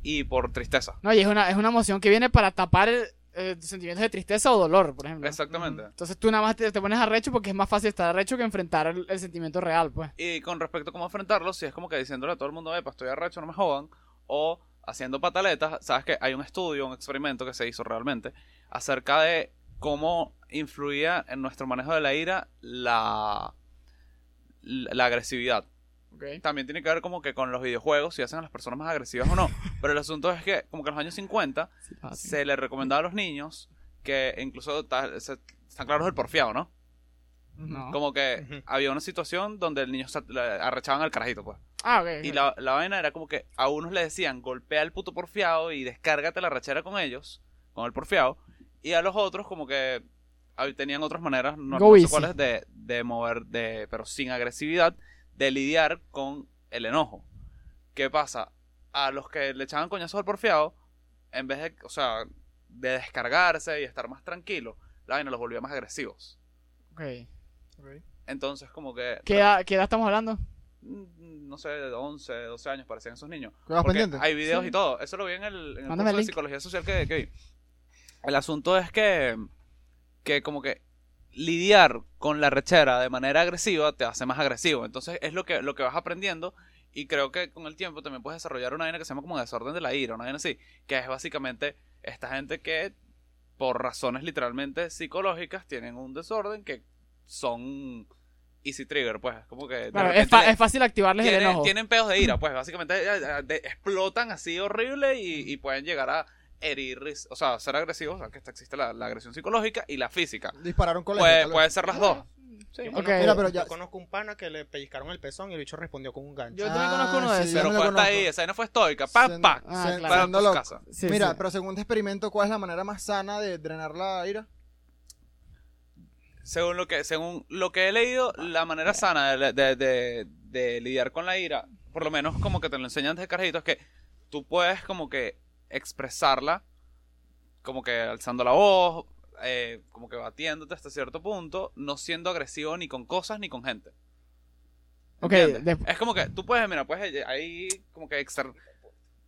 C: y por tristeza.
B: No, y es una, es una emoción que viene para tapar el, eh, sentimientos de tristeza o dolor, por ejemplo.
C: Exactamente.
B: Entonces tú nada más te, te pones arrecho porque es más fácil estar arrecho que enfrentar el, el sentimiento real, pues.
C: Y con respecto a cómo enfrentarlo, si es como que diciéndole a todo el mundo, epa, estoy arrecho, no me jodan, o haciendo pataletas, sabes que hay un estudio, un experimento que se hizo realmente acerca de cómo influía en nuestro manejo de la ira la, la, la agresividad. También tiene que ver como que con los videojuegos, si hacen a las personas más agresivas o no. Pero el asunto es que, como que en los años 50,
B: Ah,
C: se le recomendaba a los niños que incluso ta- se- están claros el porfiado, ¿no?
B: No.
C: Como que
A: Ujú.
C: había una situación donde el niño se le arrechaban al carajito, pues.
B: Ah, ok.
C: Y la, la vaina era como que a unos le decían golpea al puto porfiado y descárgate la rachera con ellos, con el porfiado. Y a los otros como que ah, tenían otras maneras, no,
B: Go
C: no sé
B: easy.
C: cuáles, de, de mover, de, pero sin agresividad, de lidiar con el enojo. ¿Qué pasa? A los que le echaban coñazos al porfiado, en vez de, o sea, de descargarse y estar más tranquilo, la vaina los volvía más agresivos.
B: Ok.
C: Entonces como que...
B: ¿Qué, edad, qué edad estamos hablando?
C: mm, No sé, de 11, 12 años parecían esos niños.
D: Cuidado
C: Porque
D: pendiente.
C: Hay videos
B: Sí.
C: y todo. Eso lo vi en el, en el
B: Mándame
C: curso
B: el
C: de
B: link.
C: psicología social que, que vi. El asunto es que, que como que lidiar con la rechera de manera agresiva te hace más agresivo. Entonces es lo que, lo que vas aprendiendo y creo que con el tiempo también puedes desarrollar una vaina que se llama como desorden de la ira, una vaina así, que es básicamente esta gente que por razones literalmente psicológicas tienen un desorden que son easy trigger, pues, como que... de
B: Claro, es,
C: repente
B: fa-
C: le-
B: es fácil activarles el
C: tienen,
B: enojo.
C: tienen pedos de ira, pues básicamente eh, eh, de- explotan así horrible y, y pueden llegar a herir, o sea, ser agresivos, o sea, que esta- existe la, la agresión psicológica y la física.
D: Disparar un colegio.
C: Puede,
D: tal vez.
C: puede ser las dos.
A: Sí, yo
B: Ok.
A: conozco-
D: Mira, pero ya-
A: Yo conozco un pana que le pellizcaron el pezón y el bicho respondió con un gancho.
B: Yo también conozco uno de
D: Ah, sí,
B: esos.
D: yo
C: Pero
D: me lo
C: fue hasta
D: conozco.
C: ahí, esa no fue estoica. Pa,
D: Sen-
C: pa.
B: Ah,
D: sen-
B: claro.
C: Para
D: siendo
C: tu
D: loco.
C: casa.
B: Sí,
D: Mira,
B: sí.
D: pero según tu experimento, ¿cuál es la manera más sana de drenar la ira?
C: Según lo que, según lo que he leído, la manera sana de, de- de- de lidiar con la ira, por lo menos como que te lo enseñan desde carajito, es que tú puedes como que expresarla, como que alzando la voz, eh, como que batiéndote hasta cierto punto, no siendo agresivo ni con cosas ni con gente.
B: Ok,
C: ¿Entiendes?
B: de-
C: Es como que tú puedes, mira, puedes eh, ahí como que exter-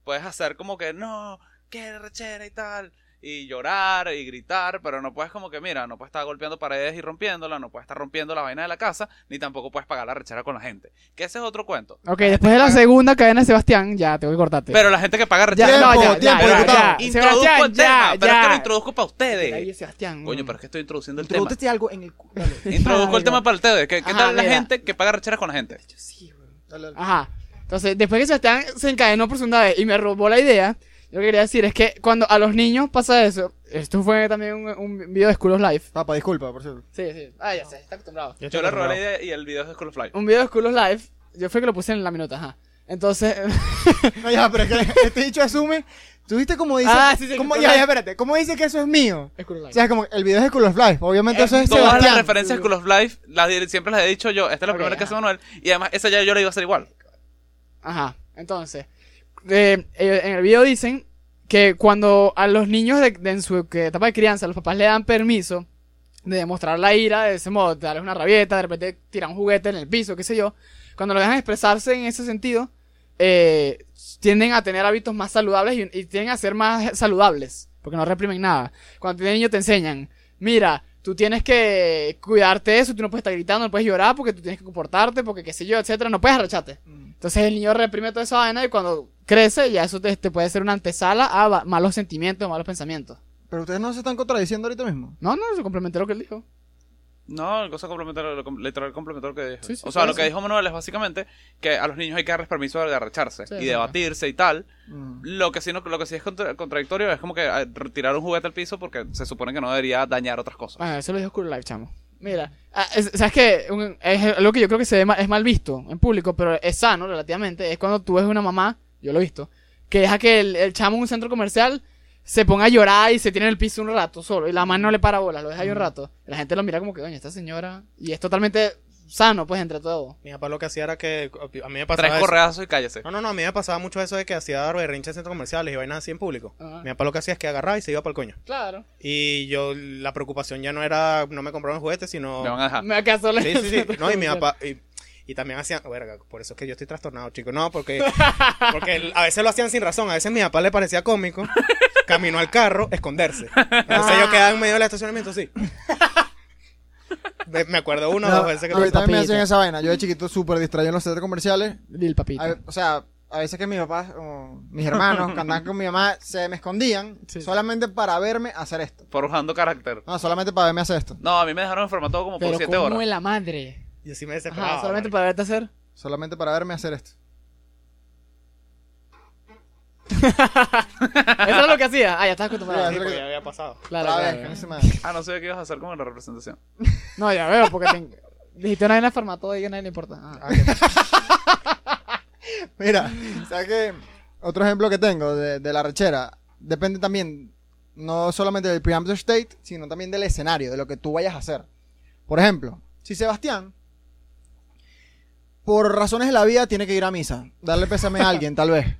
C: puedes hacer como que no, qué rechera y tal, y llorar y gritar, pero no puedes como que, mira, no puedes estar golpeando paredes y rompiéndola, no puedes estar rompiendo la vaina de la casa, ni tampoco puedes pagar la rechera con la gente. Que ese es otro cuento.
B: ok, después de la segunda cadena de Sebastián, ya tengo que cortarte.
C: Pero la gente que paga
B: ya,
C: rechera,
D: Tiempo,
B: no, ya, ya,
D: tiempo,
B: ya, ya,
D: diputado.
C: introduzco
B: Sebastián,
C: el tema,
B: ya,
C: pero es que lo
B: ya.
C: introdujo para
B: Ahí,
C: ustedes.
B: Sebastián.
C: Coño, pero es que estoy introduciendo el tema.
D: Introdúcete algo en el cu- dale.
C: Introduzco el tema para ustedes. ¿Qué, qué
B: este Ajá,
C: tal la
B: mira.
C: gente que paga rechera con la gente?
D: Dale, dale.
B: Ajá. Entonces, después que Sebastián se encadenó por segunda vez y me robó la idea, yo lo que quería decir es que cuando a los niños pasa eso, esto fue también un, un video de School of Life.
D: Papá, disculpa, por cierto.
B: Sí, sí. Ah, ya sé, está acostumbrado.
A: Yo estoy
C: Yo le robé la
A: enamorado.
C: idea y el video es de School of Life.
B: Un video de School of Life, yo fue que lo puse en la minuta, ajá. Entonces,
D: No, ya, pero es que este dicho asume. ¿Tú viste cómo dice?
B: Ah, sí, sí,
D: cómo-
B: School of
D: ya,
B: Life.
D: ya, espérate. ¿Cómo dice que eso es mío?
B: School of
D: O
B: Life.
D: sea, es como el video es de Cool of Life.
B: Eh,
D: Obviamente eso es
C: Todas las
D: Sebastián.
C: referencias de School of Life las, di- siempre las he dicho yo. Esta es la
B: Ok,
C: primera que hace
B: ajá.
C: Manuel. Y además, esa ya yo la iba a hacer igual.
B: Ajá, entonces, eh, eh, en el video dicen que cuando a los niños de, de- en su que- etapa de crianza los papás le dan permiso de demostrar la ira de ese modo, de darles una rabieta, de repente tirar un juguete en el piso, qué sé yo, cuando lo dejan expresarse en ese sentido, eh, tienden a tener hábitos más saludables y, y tienden a ser más saludables. porque no reprimen nada. Cuando tienes niño te enseñan, mira, tú tienes que cuidarte de eso, tú no puedes estar gritando, no puedes llorar porque tú tienes que comportarte, porque qué sé yo, etcétera, no puedes arracharte. Entonces el niño reprime toda esa vaina y cuando crece ya eso te, te puede ser una antesala a va- malos sentimientos, malos pensamientos.
D: Pero ustedes no se están contradiciendo ahorita mismo.
B: No, no, se complementó lo que él dijo.
C: No, el cosa complementaria, lo com- literal complementario que dijo.
B: Sí, sí,
C: o sea,
B: por
C: lo que
B: eso.
C: dijo Manuel es básicamente que a los niños hay que darles permiso de arrecharse
B: Sí,
C: y
B: sí.
C: debatirse y tal.
D: Mm.
C: Lo que sí, no, lo que sí es contra- contradictorio es como que ah, tirar un juguete al piso porque se supone que no debería dañar otras cosas.
B: Ah, eso lo dijo Cool Life, chamo. Mira, ah, es- ¿sabes qué? Un- es algo que yo creo que se ve ma- es mal visto en público, pero es sano relativamente. Es cuando tú ves una mamá, yo lo he visto, que deja que el, el chamo en un centro comercial se ponga a llorar y se tiene en el piso un rato solo y la mamá no le para bolas, lo deja ahí un rato. La gente lo mira como que, doña, esta señora. Y es totalmente sano, pues, entre todos.
A: Mi papá lo que hacía era que. A mí me pasaba.
C: Tres
A: eso.
C: correazos y cállese.
A: No, no, no, a mí me pasaba mucho eso de que hacía dar berrinche en centros comerciales y vainas así en público.
B: Ajá.
A: Mi papá lo que hacía es que agarraba y se iba para el coño.
B: Ah, Claro.
A: Y yo, la preocupación ya no era, no me compraron juguetes, sino...
C: Me van a dejar.
B: Me acaso le
A: Sí, sí, sí. No, y mi papá... Y, y también hacían... Verga, por eso es que yo estoy trastornado, chicos. No, porque, porque a veces lo hacían sin razón. A veces mi papá le parecía cómico. Caminó al carro, esconderse. Entonces yo quedaba en medio del estacionamiento, sí. Me- Me acuerdo una o
D: No,
A: dos veces que...
D: a mí
A: pasó.
D: también me hacían
B: Papito.
D: esa vaina. Yo de chiquito súper distraído en los centros comerciales.
B: Lil papito.
D: A ve- o sea, a veces que mis papás, o mis hermanos, que andaban con mi mamá, se me escondían
B: Sí.
D: solamente para verme hacer esto.
C: Forjando carácter.
D: No, solamente para verme hacer esto.
C: No, a mí me dejaron enfermado como por
B: pero
C: siete
B: como
C: horas.
B: la madre.
A: Yo sí me
B: Ajá,
A: desesperaba.
B: solamente
A: marico.
B: para verte hacer.
D: Solamente para verme hacer esto.
B: Eso es lo que hacía. Ah, ya estás
D: Sí,
B: acostumbrado.
A: Sí,
D: para-
A: porque ya había pasado.
B: Claro,
D: Otra
B: claro,
D: vez,
B: claro.
D: coño, su madre.
C: Ah, no sé qué ibas a hacer con la representación.
B: No, ya veo, porque te... dijiste una vaina farmatodo y a nadie le importa. Ah,
D: Mira, o sea que otro ejemplo que tengo de, de la rechera depende también no solamente del preemptive state, sino también del escenario, de lo que tú vayas a hacer. Por ejemplo, si Sebastián por razones de la vida tiene que ir a misa, darle pésame a alguien tal vez.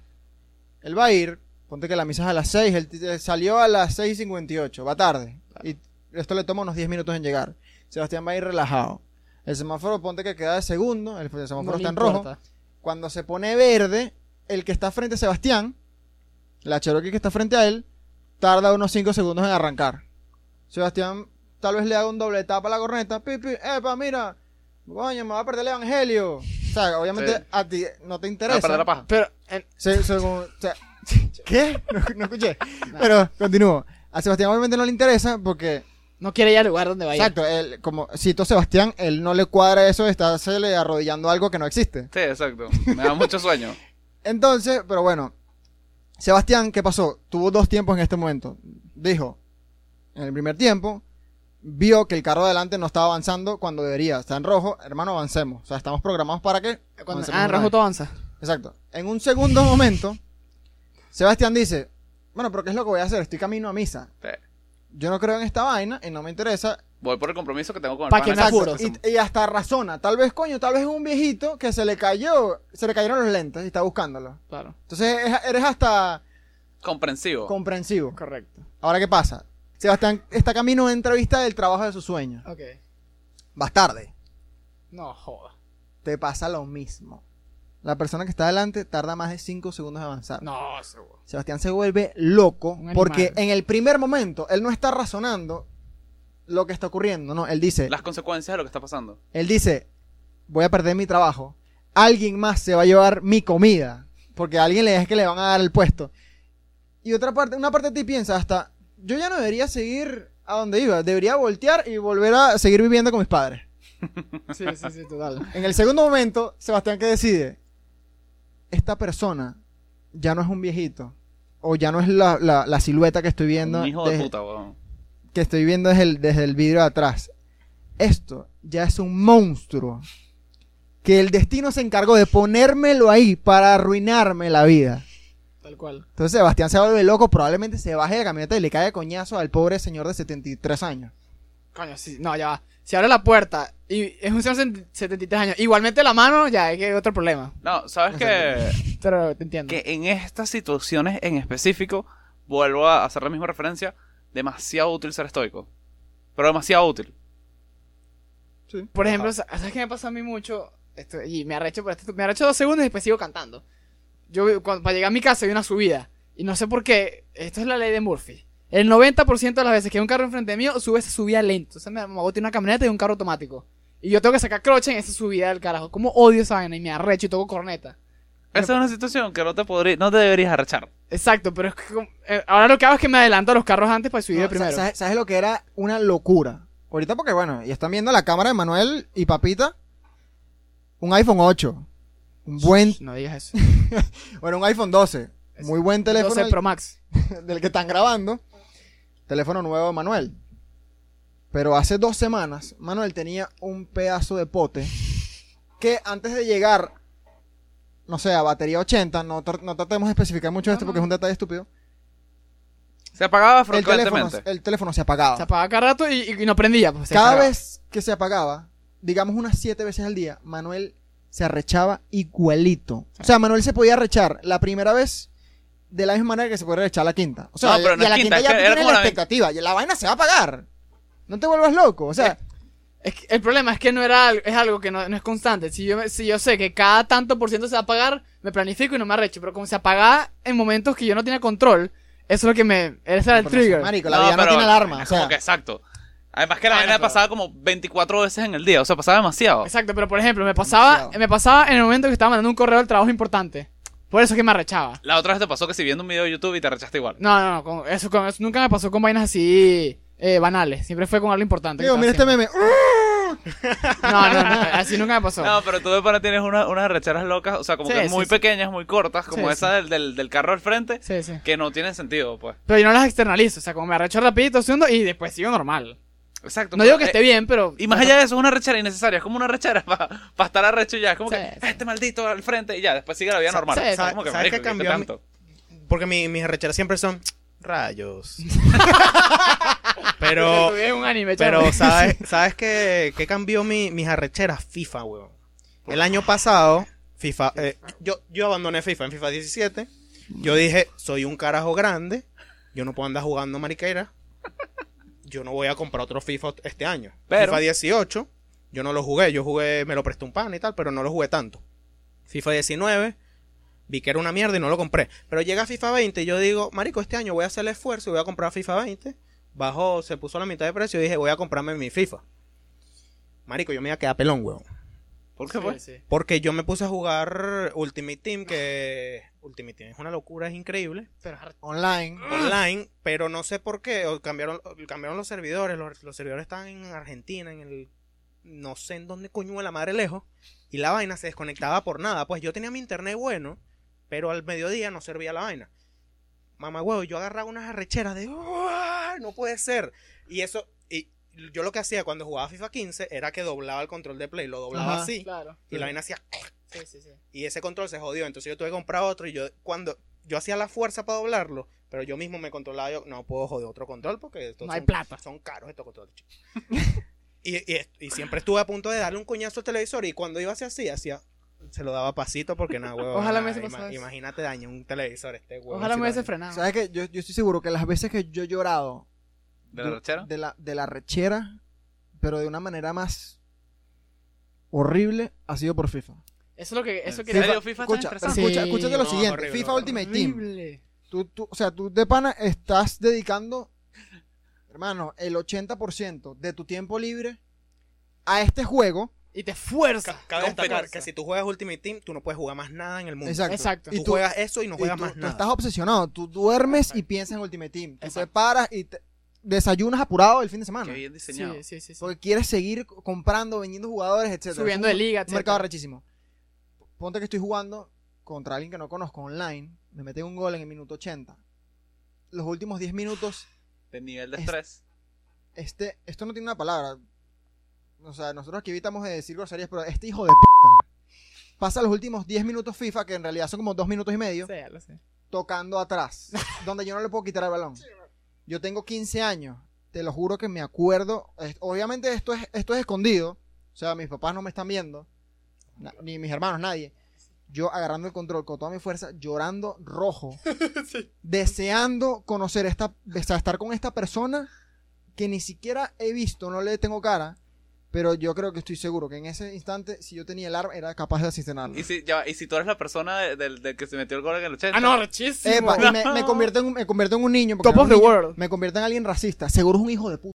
D: Él va a ir, ponte que la misa es a las 6, él t- salió a las 6:58, va tarde y esto le toma unos 10 minutos en llegar. Sebastián va a ir relajado. El semáforo ponte que queda de segundo, el semáforo
B: no le
D: está en rojo.
B: importa.
D: Cuando se pone verde, el que está frente a Sebastián, la Cherokee que está frente a él, tarda unos 5 segundos en arrancar. Sebastián tal vez le haga un doble tapa a la corneta. Pipi, epa, mira. Coño, me va a perder el evangelio. O sea, obviamente
C: Sí.
D: a ti no te
C: A Ah, perder
D: interesa.
C: la paja.
B: Pero, en-
D: Se- según- o sea, ¿Qué? No, no escuché. Pero continúo. A Sebastián obviamente no le interesa porque,
B: no quiere ir al lugar donde vaya.
D: exacto, él, como cito a Sebastián, él no le cuadra eso de estársele arrodillando algo que no existe.
C: Sí, exacto. Me da mucho sueño.
D: Entonces, pero bueno, Sebastián, ¿qué pasó? Tuvo dos tiempos en este momento. Dijo, en el primer tiempo, vio que el carro de adelante no estaba avanzando cuando debería. Está en rojo, hermano, avancemos. O sea, estamos programados para que.
B: Cuando,
D: avancemos
B: ah, en
D: una
B: rojo
D: vez.
B: todo avanza.
D: Exacto. En un segundo momento, Sebastián dice, bueno, pero ¿qué es lo que voy a hacer? Estoy camino a misa.
C: Sí.
D: Yo no creo en esta vaina y no me interesa.
C: Voy por el compromiso que tengo con el
B: Pa'
C: pana.
B: que me
C: Exacto.
B: apuro.
D: Y, y hasta razona. Tal vez, coño, tal vez es un viejito que se le cayó, se le cayeron los lentes y está buscándolo.
B: Claro.
D: Entonces es- eres hasta
C: Comprensivo.
D: comprensivo.
B: Correcto.
D: Ahora, ¿qué pasa? Sebastián está camino de entrevista del trabajo de su sueño.
B: Ok.
D: Vas tarde.
B: No joda.
D: Te pasa lo mismo. La persona que está adelante tarda más de 5 segundos en avanzar.
B: No, seguro.
D: Sebastián se vuelve loco
B: Un animal.
D: porque en el primer momento él no está razonando lo que está ocurriendo. No, él dice,
C: Las consecuencias de lo que está pasando.
D: él dice, voy a perder mi trabajo. Alguien más se va a llevar mi comida porque a alguien le es que le van a dar el puesto. Y otra parte, una parte de ti piensa hasta, yo ya no debería seguir a donde iba, debería voltear y volver a seguir viviendo con mis padres.
B: Sí, sí, sí, total.
D: En el segundo momento, Sebastián que decide, esta persona ya no es un viejito, o ya no es la, la- la silueta que estoy viendo,
C: Un hijo de
D: desde-
C: puta, weón.
D: que estoy viendo desde el, desde el vidrio de atrás. Esto ya es un monstruo que el destino se encargó de ponérmelo ahí para arruinarme la vida.
B: Tal cual.
D: Entonces Sebastián se vuelve loco, probablemente se baje de la camioneta y le cae de coñazo al pobre señor de 73 años.
B: Coño, sí. No, ya va. Si abre la puerta y es un señor de 73 años, igualmente la mano, ya es que hay otro problema.
C: No, sabes que,
B: Pero te entiendo.
C: que en estas situaciones en específico, vuelvo a hacer la misma referencia, demasiado útil ser estoico. Pero demasiado útil.
B: Por ejemplo,
D: Ah.
B: sa- ¿sabes qué me pasa a mí mucho? Esto, y me arrecho, por esto, me arrecho dos segundos y después sigo cantando. Yo, cuando- para llegar a mi casa, hay una subida. Y no sé por qué, esto es la ley de Murphy. El 90% de las veces que hay un carro enfrente mío, sube esa subida lento. Entonces me agoté una camioneta y un carro automático. Y yo tengo que sacar croche en esa subida del carajo. Como odio esa vaina y me arrecho y toco corneta.
C: Esa es una situación que no te podrí- no te deberías arrechar.
B: Exacto, pero es que como- eh, ahora lo que hago es que me adelanto a los carros antes para subir
D: No,
B: de primero.
D: ¿sabes, sabes lo que era una locura? Ahorita porque, bueno, y están viendo la cámara de Manuel y Papita. Un iPhone 8. Un buen...
B: No digas eso.
D: Bueno, un iPhone 12. Muy buen teléfono
B: Entonces,
D: del-
B: Pro Max.
D: del que están grabando. Teléfono nuevo de Manuel. Pero hace dos semanas, Manuel tenía un pedazo de pote que antes de llegar, no sé, a batería 80, no, tr- no tratemos de especificar mucho esto porque es un detalle estúpido.
C: Se apagaba
D: El teléfono,
C: frecuentemente.
D: el teléfono se apagaba.
B: Se apagaba cada rato y, y- y no prendía. pues, se
D: Ah. Cada
B: apagaba.
D: vez que se apagaba, digamos unas siete veces al día, Manuel se arrechaba igualito. O sea, Manuel se podía arrechar la primera vez de la misma manera que se podía arrechar la quinta. O sea,
C: No, pero no
D: y a
C: es
D: la quinta,
C: quinta, es
D: ya
C: que
D: tú
C: era
D: tienes
C: como
D: la
C: la ve-
D: expectativa. y La vaina se va a apagar. No te vuelvas loco. O sea,
B: Es que el problema es que no era algo, es algo que no, no es constante. Si yo, me- si yo sé que cada tanto por ciento se va a apagar, me planifico y no me arrecho. Pero como se apagaba en momentos que yo no tenía control, eso es lo que me. Ese era el
D: Bueno,
B: trigger.
D: Marico, la
C: No,
D: vida no
C: pero
D: tiene alarma. O
C: es
D: sea,
C: como que exacto. Además que la
B: Ah,
C: vaina
B: pero-
C: pasaba como 24 veces en el día, o sea, pasaba demasiado.
B: Exacto, pero por ejemplo, me pasaba,
D: Demasiado.
B: me pasaba en el momento que estaba mandando un correo al trabajo importante. Por eso es que me arrechaba.
C: La otra vez te pasó que si viendo un video de YouTube y te arrechaste igual.
B: No, no, no. con- eso, con- eso nunca me pasó con vainas así eh, banales. Siempre fue con algo importante. que
D: digo, mira este
B: estaba
D: meme.
B: haciendo. No, no, no, Así nunca me pasó.
C: No, pero tú de pana tienes una- unas arrecharas locas, o sea, como
B: Sí,
C: que
B: sí,
C: muy
B: sí.
C: pequeñas, muy cortas, como
B: Sí,
C: esa Del, del, del carro al frente,
B: Sí, sí.
C: que no tienen sentido, pues.
B: Pero yo no las externalizo. O sea, como me arrecho rapidito, segundo, y después sigo normal.
C: Exacto.
B: No
C: pero,
B: digo que
C: eh,
B: esté bien, pero.
C: Y más allá de eso, es una rechera innecesaria, es como una rechera para estar arrecho y ya, es como
B: Sí,
C: que
B: sí.
C: este maldito al frente y ya, después sigue la vida
A: Sa-
C: normal.
B: sí,
C: Es
A: sa-
C: como que,
A: ¿sabes qué
C: marico, ¿qué
A: cambió a mí?
C: tanto?
A: Porque mi- mis arrecheras siempre son rayos. Pero,
B: Es un anime, chamo.
A: pero ¿sabes, sabes qué, qué cambió mi- mis arrecheras? FIFA, weón. El año pasado, FIFA, eh, yo, yo abandoné FIFA en FIFA 17. Yo dije, soy un carajo grande. Yo no puedo andar jugando mariquera. Yo no voy a comprar otro FIFA este año.
C: Pero-
A: FIFA 18, yo no lo jugué. Yo jugué, me lo prestó un pan y tal, pero no lo jugué tanto. FIFA 19, vi que era una mierda y no lo compré. Pero llega FIFA 20 y yo digo, marico, este año voy a hacer el esfuerzo y voy a comprar FIFA 20. Bajó, se puso a la mitad de precio y dije, voy a comprarme mi FIFA. Marico, yo me iba a quedar pelón, weón.
C: ¿Por qué
B: Sí,
C: fue?
B: sí.
A: Porque yo me puse a jugar Ultimate Team, que Ultimate Team es una locura, es increíble.
B: Pero es arrecho.
D: Online.
A: Online, pero no sé por qué. o cambiaron, o cambiaron los servidores. Los, los servidores estaban en Argentina, en el. No sé en dónde coño de la madre lejos. Y la vaina se desconectaba por nada. Pues yo tenía mi internet bueno, pero al mediodía no servía la vaina. Mamá huevo, yo agarraba unas arrecheras de. "Uah, No puede ser. Y eso. Y yo lo que hacía cuando jugaba FIFA 15 era que doblaba el control de play. Lo doblaba
D: Ajá.
A: así.
B: Claro.
A: Y la vaina hacía
B: Sí, sí, sí.
A: y ese control se jodió. Entonces yo tuve que comprar otro y yo cuando yo hacía la fuerza para doblarlo, pero yo mismo me controlaba, yo no puedo joder otro control porque estos
B: No hay
A: son,
B: plata.
A: son caros estos controles. chicos. y, y- y siempre estuve a punto de darle un coñazo al televisor y cuando iba hacia así, hacía se lo daba pasito porque nada, huevo.
B: Ojalá me
A: nada,
B: hubiese pasado eso.
A: Imagínate daño un televisor este huevo.
B: Ojalá
A: si
B: me
A: lo
B: hubiese
A: daña.
B: frenado.
D: ¿Sabes qué? Yo, yo estoy seguro que las veces que yo he llorado
C: ¿De la rechera?
D: De la, de la rechera, pero de una manera más horrible, ha sido por FIFA.
B: Eso es lo que. Eso
C: ¿En
B: quería-
C: serio? FIFA está
D: escucha, pero
C: estresante.
D: escucha,
B: Sí.
D: escúchate lo
A: No,
D: siguiente.
A: horrible,
D: FIFA
A: horrible.
D: Ultimate Team.
B: Horrible.
D: Tú, tú, o sea, tú de pana estás dedicando, hermano, el 80% de tu tiempo libre a este juego.
B: Y te fuerza.
A: Ca- Cabe destacar
B: Competencia.
A: que si tú juegas Ultimate Team, tú no puedes jugar más nada en el mundo.
D: Exacto.
B: Exacto.
A: Tú,
D: Y tú-
A: juegas eso y no
D: y
A: juegas
D: tú,
A: más
D: tú
A: nada.
D: estás obsesionado. Tú duermes y piensas en Ultimate Team. Tú
B: Exacto.
D: te paras y te- desayunas apurado el fin de
C: Qué
D: semana.
C: bien diseñado.
B: Sí, sí, sí. sí.
D: Porque quieres seguir comprando, vendiendo jugadores, etcétera.
B: Subiendo
D: Es
B: de
D: un-
B: liga,
D: Un mercado
B: etcétera.
D: rechísimo. Ponte que estoy jugando contra alguien que no conozco online. Me meten un gol en el minuto 80. Los últimos 10 minutos,
C: De nivel de
D: Es-
C: estrés.
D: este, esto no tiene una palabra. O sea, nosotros aquí evitamos de decir groserías, pero este hijo de puta pasa los últimos 10 minutos FIFA, que en realidad son como 2 minutos y medio,
B: Sí, ya lo sé.
D: tocando atrás, donde yo no le puedo quitar el balón. Yo tengo 15 años, te lo juro que me acuerdo. es- obviamente esto es, esto es escondido, o sea, mis papás no me están viendo, na- ni mis hermanos, nadie. Yo agarrando el control con toda mi fuerza, llorando rojo, deseando conocer esta, o sea, estar con esta persona que ni siquiera he visto, no le tengo cara, Pero yo creo que estoy seguro que en ese instante, si yo tenía el arma, era capaz de asesinarlo.
C: Y si, ya va, y si tú eres la persona de- del del que se metió el gol en el 80.
B: Ah, no, rechísimo.
D: Epa, y me, me convierto en, un- me convierto en un niño. porque
B: Top
D: era
B: of
D: un
B: the
D: niño,
B: world.
D: Me convierto en alguien racista. Seguro es un hijo de puta.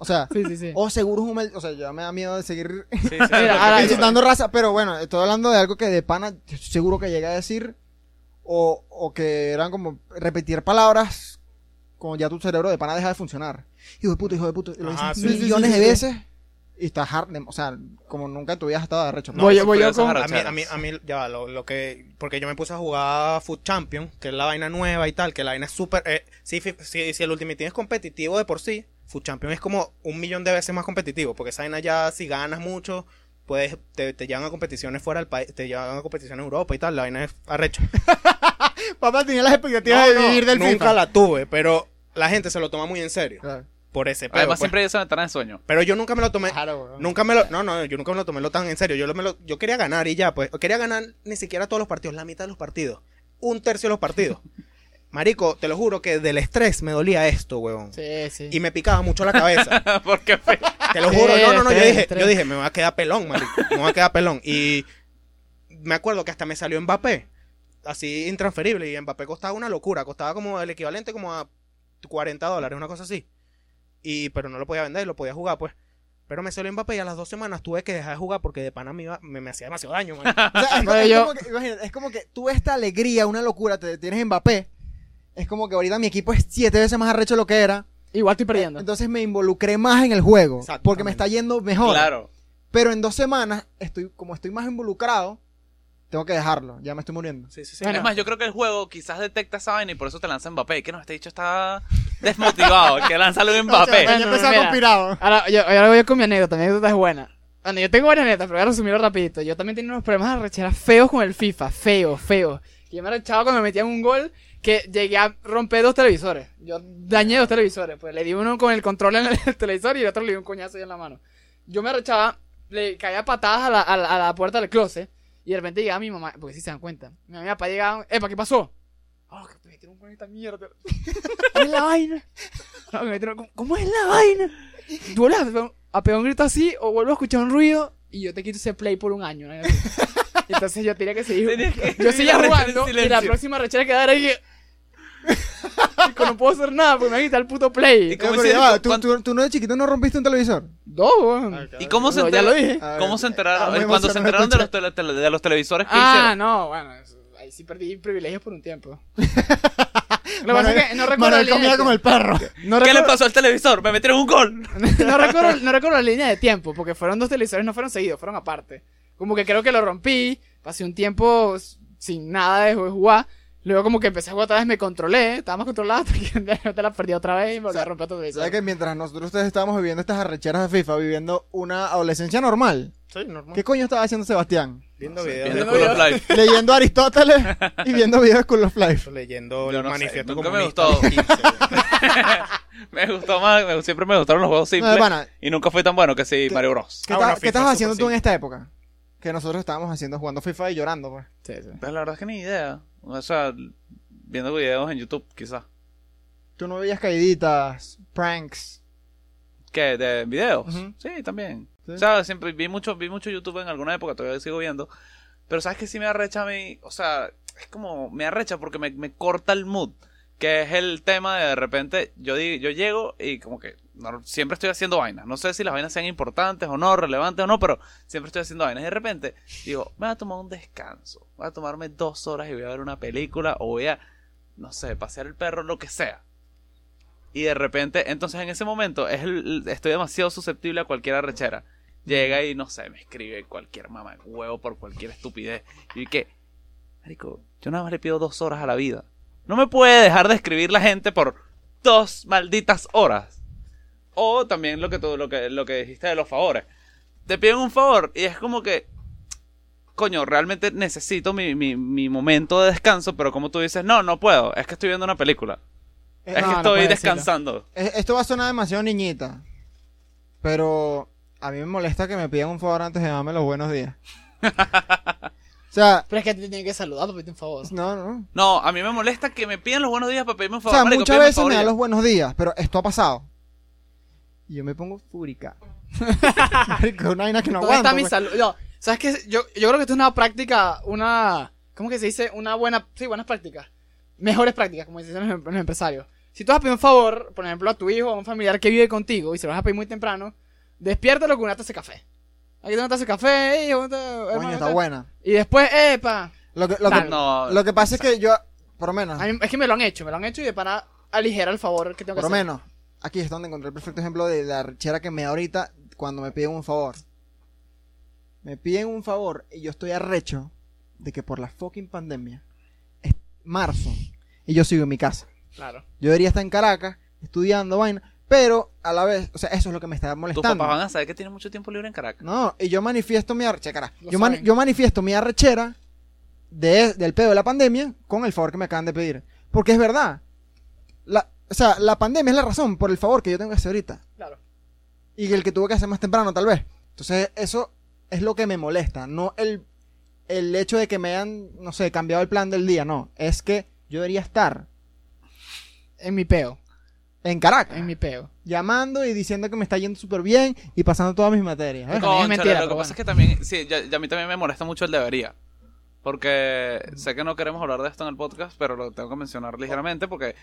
D: O sea,
B: Sí, sí, sí.
D: o seguro es un. mal- O sea, ya me da miedo de seguir
C: Sí, sí,
A: Ah,
B: Mira,
C: lo que
B: ahora-
C: hizo.
D: insultando raza. Pero bueno, estoy hablando de algo que de pana yo estoy seguro que llegué a decir. O, o que eran como repetir palabras. Como ya tu cerebro de pana deja de funcionar. Hijo de puta, hijo de puta. y Lo
A: Ajá,
D: dices
A: sí, sí,
D: millones
B: sí,
D: de
B: sí.
D: veces. Y estás hard. O sea, como nunca en tu vida has estado arrecho.
A: No,
B: voy
C: eso
B: voy
C: fue
B: yo
C: esas
B: con.
C: arras-
A: A mí, a mí, a mí, ya va, lo, lo que. Porque yo me puse a jugar Food Champion, que es la vaina nueva y tal, que la vaina es súper. eh, si, fi- si, si el Ultimate Team es competitivo de por sí, Food Champion es como un millón de veces más competitivo, porque esa vaina ya, si ganas mucho, puedes, te, te llevan a competiciones fuera del país, te llevan a competiciones en Europa y tal, la vaina es arrecha.
D: Papá tenía las expectativas
A: No, no, nunca la tuve, pero la gente se lo toma muy en serio, por ese pedo.
C: Además,
A: pues.
C: siempre hay esa ventana de sueño.
A: Pero yo nunca me lo tomé.
D: Claro, weón.
A: Nunca me lo. No, no, yo nunca me lo tomé lo tan en serio. Yo, lo, me lo- yo quería ganar y ya, pues. Quería ganar ni siquiera todos los partidos, la mitad de los partidos. Un tercio de los partidos. Marico, te lo juro que del estrés me dolía esto, weón.
B: Sí, sí.
A: Y me picaba mucho la cabeza.
C: Porque fue-
A: Te lo
B: Sí,
A: juro. No, no, no. Yo
B: estrés,
A: dije,
B: estrés.
A: yo dije, me va a quedar pelón, marico. Me va a quedar pelón. Y me acuerdo que hasta me salió Mbappé. Así intransferible. Y Mbappé costaba una locura. Costaba como el equivalente como a 40 dólares, una cosa así. Y, pero no lo podía vender, lo podía jugar, pues. Pero me salió Mbappé y a las dos semanas tuve que dejar de jugar porque de pana me, iba- me, me hacía demasiado daño, marico.
D: O sea, es,
B: Bueno,
D: es
B: yo-
D: como que, imagínate, es como que tú esta alegría, una locura, te tienes Mbappé. Es como que ahorita mi equipo es siete veces más arrecho de lo que era.
B: Igual estoy perdiendo.
D: Entonces me involucré más en el juego.
A: Exactamente.
D: Porque me está yendo mejor.
C: claro.
D: Pero en dos semanas, estoy, como estoy más involucrado, tengo que dejarlo. Ya me estoy muriendo.
A: Sí, sí, sí.
B: Bueno.
C: Es más, yo creo que el juego quizás detecta esa vaina y por eso te lanza Mbappé. Que no, este dicho está desmotivado. que lanzale un Mbappé.
B: bueno, mira.
D: conspirado.
B: Ahora, yo, ahora voy con mi anécdota, mi anécdota es buena. Bueno, yo tengo varias anécdotas, pero voy a resumirlo rapidito. Yo también tenía unos problemas de arrechera feos con el FIFA, feo, feo. Yo me arrechaba cuando me metían un gol que llegué a romper dos televisores. Yo dañé dos televisores, pues le di uno con el control en el televisor y el otro le di un coñazo ahí en la mano. Yo me arrechaba, le caía patadas a la, a la- a la puerta del closet y de repente llegaba mi mamá, porque si se dan cuenta. Mi mamá y mi papá llegaban, ¿epa qué pasó? Oh, que me metieron un gol en esta mierda. ¿Cómo es la vaina? No, me metieron, ¿cómo- ¿Cómo es la vaina? Tú vuelves a pegar- a pegar un grito así o vuelvo a escuchar un ruido y yo te quito ese play por un año. ¿no? Entonces yo tenía que seguir.
C: Tenías que
B: Yo seguía
C: vivir la
B: jugando
C: rechera en
B: y la
C: silencio.
B: próxima rechera que era ahí. Chico, no puedo hacer nada porque me va a quitar el puto play.
C: Y- ¿Cómo
D: Pero
C: hiciste?
D: ya va, "Ah, ¿tú,
C: ¿Cuánto-
D: tú- tú no de chiquito no rompiste un televisor.
B: Dos, weón.
C: ¿Y cómo se
B: No, ya
C: enter-
B: lo dije.
D: A ver,
C: ¿Cómo se
D: estaba
C: enteraron?
D: muy
C: Cuando se
D: emocionado
C: enteraron de los, tele- tele- de los televisores que
B: Ah,
C: hicieron.
B: no, bueno. eso- Ahí sí perdí privilegios por un tiempo. Lo que pasa
D: Manuel-
B: es que no recuerdo
D: Manuel
B: la línea
D: comía
B: de
D: como el perro.
B: no
C: ¿Qué le
B: recuerdo-
C: pasó al televisor? Me metieron un gol.
B: no, recuerdo, no recuerdo la línea de tiempo, porque fueron dos televisores, no fueron seguidos, fueron aparte. Como que creo que lo rompí, pasé un tiempo s- sin nada de ju- jugar. Luego como que empecé a jugar otra vez, me controlé, estaba más controlado, hasta que de repente la perdí otra vez y volví a romper otro televisor.
D: ¿Sabes que mientras nosotros ustedes estábamos viviendo estas arrecheras de FIFA, viviendo una adolescencia normal?
A: Sí, normal.
D: ¿Qué coño estaba haciendo Sebastián?
A: Viendo videos
C: Viendo
A: de
C: School
A: culo,
C: of Life.
D: leyendo Aristóteles y viendo videos de School of Life.
A: leyendo
C: Yo
A: el
C: no sé,
A: manifiesto
C: nunca me
A: comunista.
C: gustó.
A: 15, güey.
C: Me gustó más, me- siempre me gustaron los juegos
D: No, de
C: simples.
D: pana,
C: y nunca fue tan bueno que sí,
D: ¿Qué-
C: Mario Bros.
D: ¿qué,
A: Ah,
D: ta-
A: bueno,
D: qué
A: FIFA
D: estabas
A: es
D: haciendo
A: súper
D: tú en esta época? Que nosotros estábamos haciendo jugando FIFA y llorando, pues.
B: Sí, sí.
C: Pero la verdad es que ni idea. O sea, viendo videos en YouTube, quizás.
D: Tú no veías caíditas, pranks.
C: ¿Qué? ¿De videos?
D: Ujú.
C: Sí, también.
D: Sí.
C: O sea, siempre vi mucho, vi mucho YouTube en alguna época, todavía sigo viendo. Pero sabes que sí me arrecha a mí, o sea, es como, me arrecha porque me, me corta el mood. Que es el tema de de repente, yo, di- yo llego y como que no- siempre estoy haciendo vainas. No sé si las vainas sean importantes o no, relevantes o no, pero siempre estoy haciendo vainas. Y de repente digo, me voy a tomar un descanso. Voy a tomarme dos horas y voy a ver una película o voy a, no sé, pasear el perro, lo que sea. Y de repente, entonces en ese momento es el- el- estoy demasiado susceptible a cualquier arrechera. Llega y no sé, me escribe cualquier mamá huevo por cualquier estupidez. Y que, Marico, yo nada más le pido dos horas a la vida. No me puede dejar de escribir la gente por dos malditas horas. O también lo que tú, lo que, lo que dijiste de los favores. Te piden un favor y es como que, coño, realmente necesito mi, mi, mi momento de descanso, pero como tú dices, no, no puedo, es que estoy viendo una película.
D: Eh,
C: Es
B: no,
C: que
B: no
C: estoy
B: puedes decirlo.
C: descansando.
D: Eh, Esto va a sonar demasiado niñita. Pero a mí me molesta que me pidan un favor antes de darme los buenos días. o sea,
B: Pero es que te tienen que saludar, pedirte un favor.
D: no, no.
C: No, a mí me molesta que me pidan los buenos días para pedirme un
D: O
C: favor.
D: sea,
C: marico,
D: muchas
C: pídeme un
D: veces
C: favor
D: me
C: y
D: dan
C: ya.
D: los buenos días, pero esto ha pasado. Y yo me pongo fúrica. Marico, una vaina que no
B: ¿Dónde
D: aguanto.
B: está mi
D: pues.
B: salud? No, ¿sabes qué? Yo, yo creo que esto es una práctica, una... ¿Cómo que se dice? Una buena... Sí, buenas prácticas. Mejores prácticas, como dicen los, los empresarios. Si tú vas a pedir un favor, por ejemplo, a tu hijo o a un familiar que vive contigo y se lo vas a pedir muy temprano, despiértalo con una taza de café. Aquí tengo una taza de café, hijo, una taza-
D: Coño,
B: hermano,
D: está
B: tal.
D: buena.
B: Y después, epa.
D: Lo que, lo,
B: Tal.
D: que,
C: No,
D: lo que pasa es que yo, por lo menos,
B: A mí- es que me lo han hecho, me lo han hecho y de para aligerar el favor que tengo que
D: por lo
B: hacer.
D: menos, aquí es donde encontré el perfecto ejemplo de la rechera que me da ahorita cuando me piden un favor. Me piden un favor y yo estoy arrecho de que por la fucking pandemia es marzo y yo sigo en mi casa.
B: Claro.
D: Yo debería estar en Caracas estudiando vaina, pero a la vez, o sea, eso es lo que me está
C: tus
D: molestando.
C: papás van a saber que tienes mucho tiempo libre en Caracas.
D: No, y yo manifiesto mi arrechera. cara,
B: Lo
D: Yo, mani-
B: saben.
D: yo manifiesto mi arrechera de, del pedo de la pandemia con el favor que me acaban de pedir. Porque es verdad. La, o sea, la pandemia es la razón por el favor que yo tengo que hacer ahorita.
B: Claro.
D: Y el que tuve que hacer más temprano, tal vez. Entonces, eso es lo que me molesta. No el, el hecho de que me hayan, no sé, cambiado el plan del día. No, es que yo debería estar
B: En mi peo,
D: en Caracas.
B: en mi peo.
D: Llamando y diciendo que me está yendo súper bien y pasando todas mis materias. ¿eh?
B: Con- también es
C: Cónchale,
B: mentira,
C: lo que
B: pero
C: pasa
B: bueno.
C: es que también, sí, ya, ya a mí también me molesta mucho el debería. Porque sé que no queremos hablar de esto en el podcast, pero lo tengo que mencionar ligeramente porque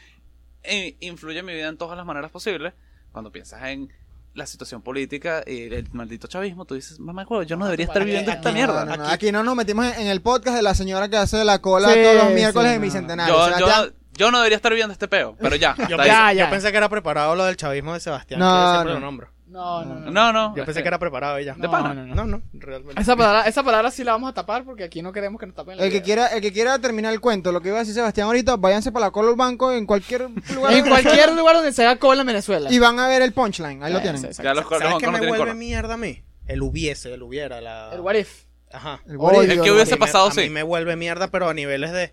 C: i- influye en mi vida en todas las maneras posibles. Cuando piensas en la situación política y el maldito chavismo, tú dices, mamá, huevo,
A: Ah,
C: yo no debería estar
B: vale,
C: viviendo esta
D: No,
C: mierda.
D: no, no, aquí. no nos metimos en- en el podcast de la señora que hace la cola
B: Sí,
D: todos los miércoles
B: sí,
D: de
B: no.
D: Bicentenario.
C: Yo,
D: Sebastián,
C: yo, yo no debería estar viviendo este peo, pero ya.
A: Yo,
C: está ahí.
A: pensé,
B: Ya,
A: yo
B: ya.
A: pensé que era preparado lo del chavismo de Sebastián,
D: No,
A: que siempre
D: no.
A: lo nombro.
B: No, no, no.
C: No, no.
A: Yo
C: es
A: pensé que era preparado ella.
C: De
B: No,
C: pana.
B: no, no.
A: No, no, realmente.
B: Esa palabra, esa palabra sí la vamos a tapar porque aquí no queremos que nos tapen la
D: el, que
B: idea.
D: quiera, el que quiera terminar el cuento, lo que iba a decir Sebastián ahorita, váyanse para la cola del banco en cualquier lugar
B: En cualquier lugar donde se haga cola en Venezuela.
D: y van a ver el punchline. Ahí lo tienen.
B: Sí, sí, sí.
C: Ya los
A: ¿Sabes
C: cornos
A: qué
C: no
A: me
C: tienen
A: vuelve
C: corona.
A: mierda a mí? El hubiese, el hubiera, la...
B: El what if.
A: Ajá.
D: El
B: Oye,
D: bollo,
B: es
C: que
D: el
C: hubiese-
A: A mí me-
C: pasado,
A: a mí
C: sí.
A: me vuelve mierda, pero a niveles de...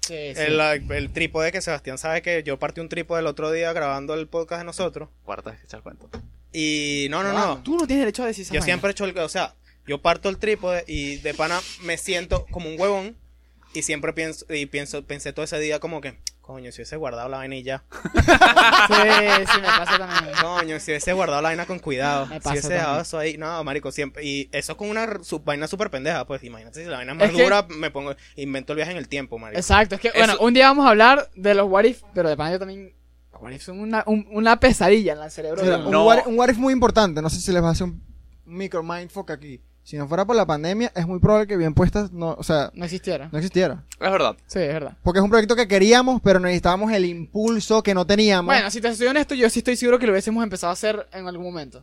B: Sí, sí.
A: El, el trípode que Sebastián sabe que yo partí un trípode el otro día grabando el podcast de nosotros.
C: Cuarta vez que echa el cuento.
A: Y no, no,
D: Ah,
A: no.
B: Tú no tienes derecho a decir esa
A: Yo
B: vaina.
A: siempre he hecho el... O sea, yo parto el trípode y de pana me siento como un huevón. Y siempre pienso, y pienso, pensé todo ese día como que, coño, si hubiese guardado la vaina y ya.
B: Sí, sí, me pasa también.
A: Coño, si hubiese guardado la vaina con cuidado.
B: Me
A: Si
B: pasa
A: hubiese dejado
B: también.
A: eso ahí. No, marico, siempre. Y eso con una r- sub- vaina súper pendeja, pues imagínate si la vaina es más
B: Es que-
A: dura, me pongo, invento el viaje en el tiempo, marico.
B: Exacto, es que,
C: Eso-
B: bueno, un día vamos a hablar de los what if, pero de pana yo también. Los what if son una, un- una pesadilla en el cerebro.
D: Mira,
B: de
D: un,
B: uno.
C: No.
D: what, un what if muy importante. No sé si les va a hacer un micro mindfuck aquí. Si no fuera por la pandemia, es muy probable que bien puestas no, o sea,
B: No existiera.
D: no existiera.
C: Es verdad.
B: Sí, es verdad.
D: Porque es un proyecto que queríamos, pero necesitábamos el impulso que no teníamos.
B: Bueno, si te soy honesto, yo sí estoy seguro que lo hubiésemos empezado a hacer en algún momento.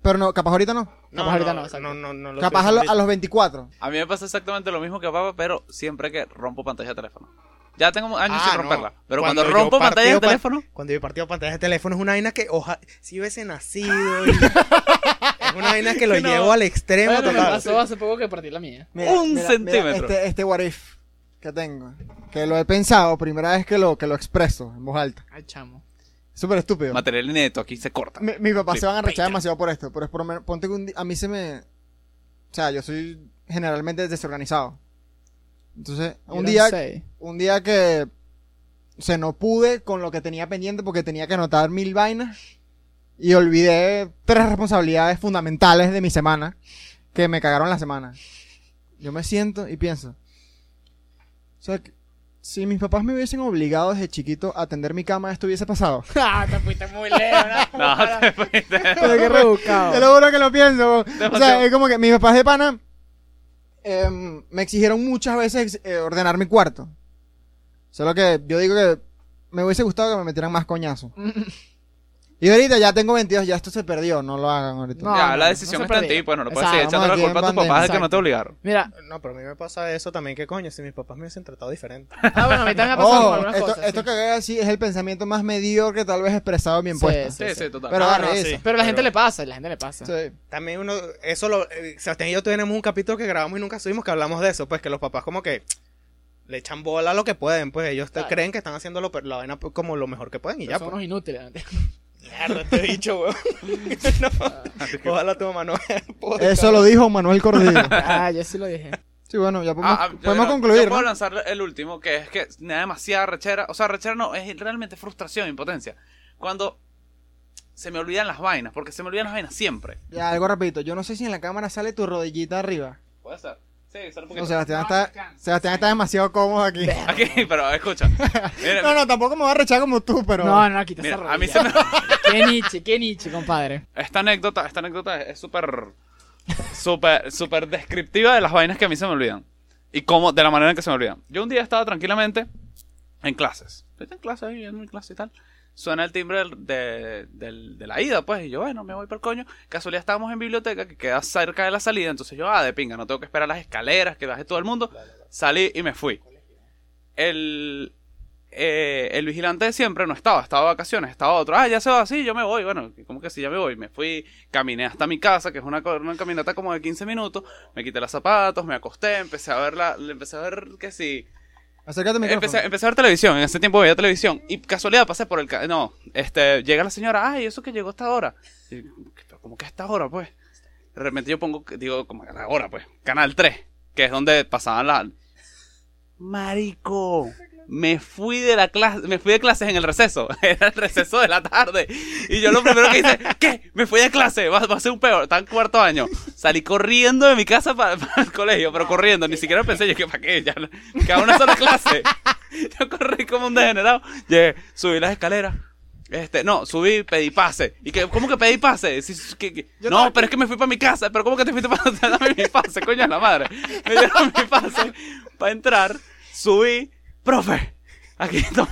D: Pero no, capaz ahorita no.
A: No,
B: capaz ahorita
A: no,
B: no, exacto.
A: no, no, no lo
D: Capaz
A: estoy
D: a, lo- a
A: diciendo.
D: los 24.
C: A mí me pasa exactamente lo mismo que a papá, pero siempre que rompo pantalla de teléfono. Ya tengo años
A: Ah,
C: sin
A: no.
C: romperla. Pero
A: Cuando
C: cuando,
A: yo
C: rompo
A: partí
C: pantalla de
A: pa-
C: teléfono,
A: Cuando yo partido pantalla de teléfono es una vaina que ojalá si hubiese nacido. y- es una vaina que lo
C: No.
A: llevo al extremo
B: Bueno, me
A: total.
B: pasó hace poco que partí la mía.
C: Un centímetro.
D: este, este what if que tengo, que lo he pensado, primera vez que lo, que lo expreso en voz alta.
B: Ay, chamo.
D: Súper estúpido.
C: material neto aquí se corta.
D: Mi, mis papás
C: Sí,
D: se van a rechazar
C: peña.
D: demasiado por esto, pero es por lo menos, ponte que un di- a mí se me... O sea, yo soy generalmente desorganizado. Entonces, un día, un día que... O sea, no pude con lo que tenía pendiente porque tenía que anotar mil vainas y olvidé tres responsabilidades fundamentales de mi semana que me cagaron la semana. Yo me siento y pienso, o sea, que si mis papás me hubiesen obligado desde chiquito a tender mi cama, esto hubiese pasado.
B: Ah, te fuiste muy lejos, ¿no?
C: No, te fuiste.
D: Pero qué re- Te lo juro que lo pienso. O sea, es como que mis papás de pana em, me exigieron muchas veces eh, ordenar mi cuarto. Solo que yo digo que me hubiese gustado que me metieran más coñazo.
B: Mm.
D: Y ahorita ya tengo 22, ya esto se perdió, no lo hagan ahorita.
B: No,
C: ya,
B: no,
C: la
B: no
C: decisión
B: se
C: está en
B: perdía.
C: ti. Bueno, no puedes
D: Exacto,
C: seguir echando la
D: vamos
C: culpa a
D: aquí
C: tus
D: en
C: papás de que no
B: Exacto.
C: te obligaron.
B: Mira,
A: No, pero a mí me pasa eso también, que coño, si mis papás me hubiesen tratado diferente.
B: ah, bueno, a mí también me ha pasado con
D: Oh,
B: algunas
D: esto,
B: cosas.
D: esto
B: sí.
D: que haga así es el pensamiento más mediocre tal vez expresado bien
B: Sí,
D: puesto.
B: sí.
C: Sí, sí, total.
D: Pero
A: Ah,
D: vale,
A: no,
D: eso.
A: sí.
B: Pero a la gente
A: Pero-
B: le pasa, a la gente le pasa.
D: Sí.
A: También uno, eso lo, eh, Sebastián y yo tenemos un capítulo que grabamos y nunca subimos que hablamos de eso, pues que los papás como que le echan bola a lo que pueden, pues ellos te
B: Claro.
A: creen que están haciendo lo, pe- la vaina pues, como lo mejor que pueden y
B: Pero
A: ya,
B: son
A: pues.
B: unos inútiles. la gente.
A: Mierda, te he dicho, weón. No, Ojalá tu mamá no vea el podcast.
D: Eso lo dijo Manuel Cordillo.
B: Ah, yo sí lo dije.
D: Sí, bueno, ya podemos,
C: Ah, ah, yo-
D: podemos
C: yo-
D: concluir.
C: yo puedo
D: ¿no?
C: lanzar el último, que es que me da demasiada rechera. O sea, rechera no, es realmente frustración, impotencia. Cuando se me olvidan las vainas, porque se me olvidan las vainas siempre.
D: Ya, algo rapidito. Yo no sé si en la cámara sale tu rodillita arriba.
C: Puede ser. Sí, solo un
D: No,
C: poquito.
D: Sebastián
B: No,
D: está,
B: Sebastián.
D: Sebastián está demasiado cómodo aquí.
C: Aquí, pero escucha. Mira,
D: No, no, tampoco me va a rechazar como tú, pero...
B: No, no, quita esa
C: mira, a mí
B: rodilla.
C: se me...
B: Qué Nietzsche, qué Nietzsche, compadre.
C: Esta anécdota, esta anécdota es es súper súper súper descriptiva de las vainas que a mí se me olvidan y cómo de la manera en que se me olvidan. Yo un día estaba tranquilamente en clases. Estoy en clases, ahí, en mi clase y tal. Suena el timbre del- de, del- de la ida, pues, y yo, bueno, me voy para el coño. Casualidad estábamos en biblioteca que queda cerca de la salida, entonces yo, ah, de pinga, no tengo que esperar las escaleras que baje todo el mundo. Salí y me fui. El, eh, el vigilante de siempre no estaba, estaba de vacaciones, estaba otro, ah, ya se va, sí, yo me voy, bueno, ¿cómo que sí, ya me voy? Me fui, caminé hasta mi casa, que es una, co- una caminata como de 15 minutos, me quité los zapatos, me acosté, empecé a ver la, empecé a ver que sí,
D: Acércate al micrófono.
C: empecé, empecé a ver televisión, en ese tiempo veía televisión, y casualidad pasé por el, ca- no, este, llega la señora, ay, eso que llegó a esta hora, Y, "Pero, ¿cómo que a esta hora, pues? De repente yo pongo, digo, como a la hora, pues, Canal 3, que es donde pasaban la... Marico, me fui de la clase, me fui de clases en el receso, era el receso de la tarde, y yo lo primero que hice, ¿qué? Me fui de clase, va, va a ser un peor, está en cuarto año, salí corriendo de mi casa para, para el colegio, pero corriendo, ni siquiera pensé, yo que para qué, ya, cada una sola clase, yo corrí como un degenerado, llegué, subí las escaleras, este, no, subí, pedí pase. ¿Y que, ¿Cómo que pedí pase? Si- si- que- que-
B: Yo
C: no,
B: estaba-
C: pero es que me fui para mi casa. ¿Pero cómo que te fuiste para Dame mi pase, coño de la madre. Me dieron mi pase para entrar. Subí, profe. Aquí estoy.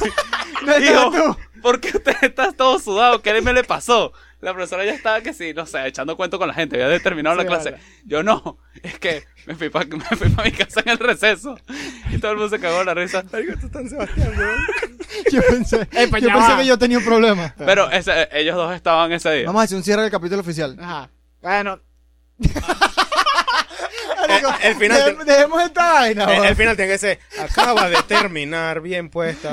D: No, no,
C: Dijo,
D: tú.
C: ¿por qué usted está todo sudado? ¿Qué me le pasó? La profesora ya estaba que sí, no sé, echando cuento con la gente. Había determinado la
B: Sí,
C: clase.
B: vale.
C: Yo no. Es que me fui para mi casa en el receso. Y todo el mundo se cagó en la risa.
A: Marico, tú estás en Sebastián, weón.
D: Yo pensé,
B: Epa,
D: yo
B: pues ya
D: pensé
B: va.
D: que yo tenía un problema.
C: Pero ese- ellos dos estaban ese día.
D: Vamos a hacer un cierre del capítulo oficial.
B: Ajá. Bueno,
A: el final
D: Dejem- Dejemos esta vaina.
A: Eh, El, Eh,
D: va.
A: el final tiene que ser, acaba de terminar bien puesta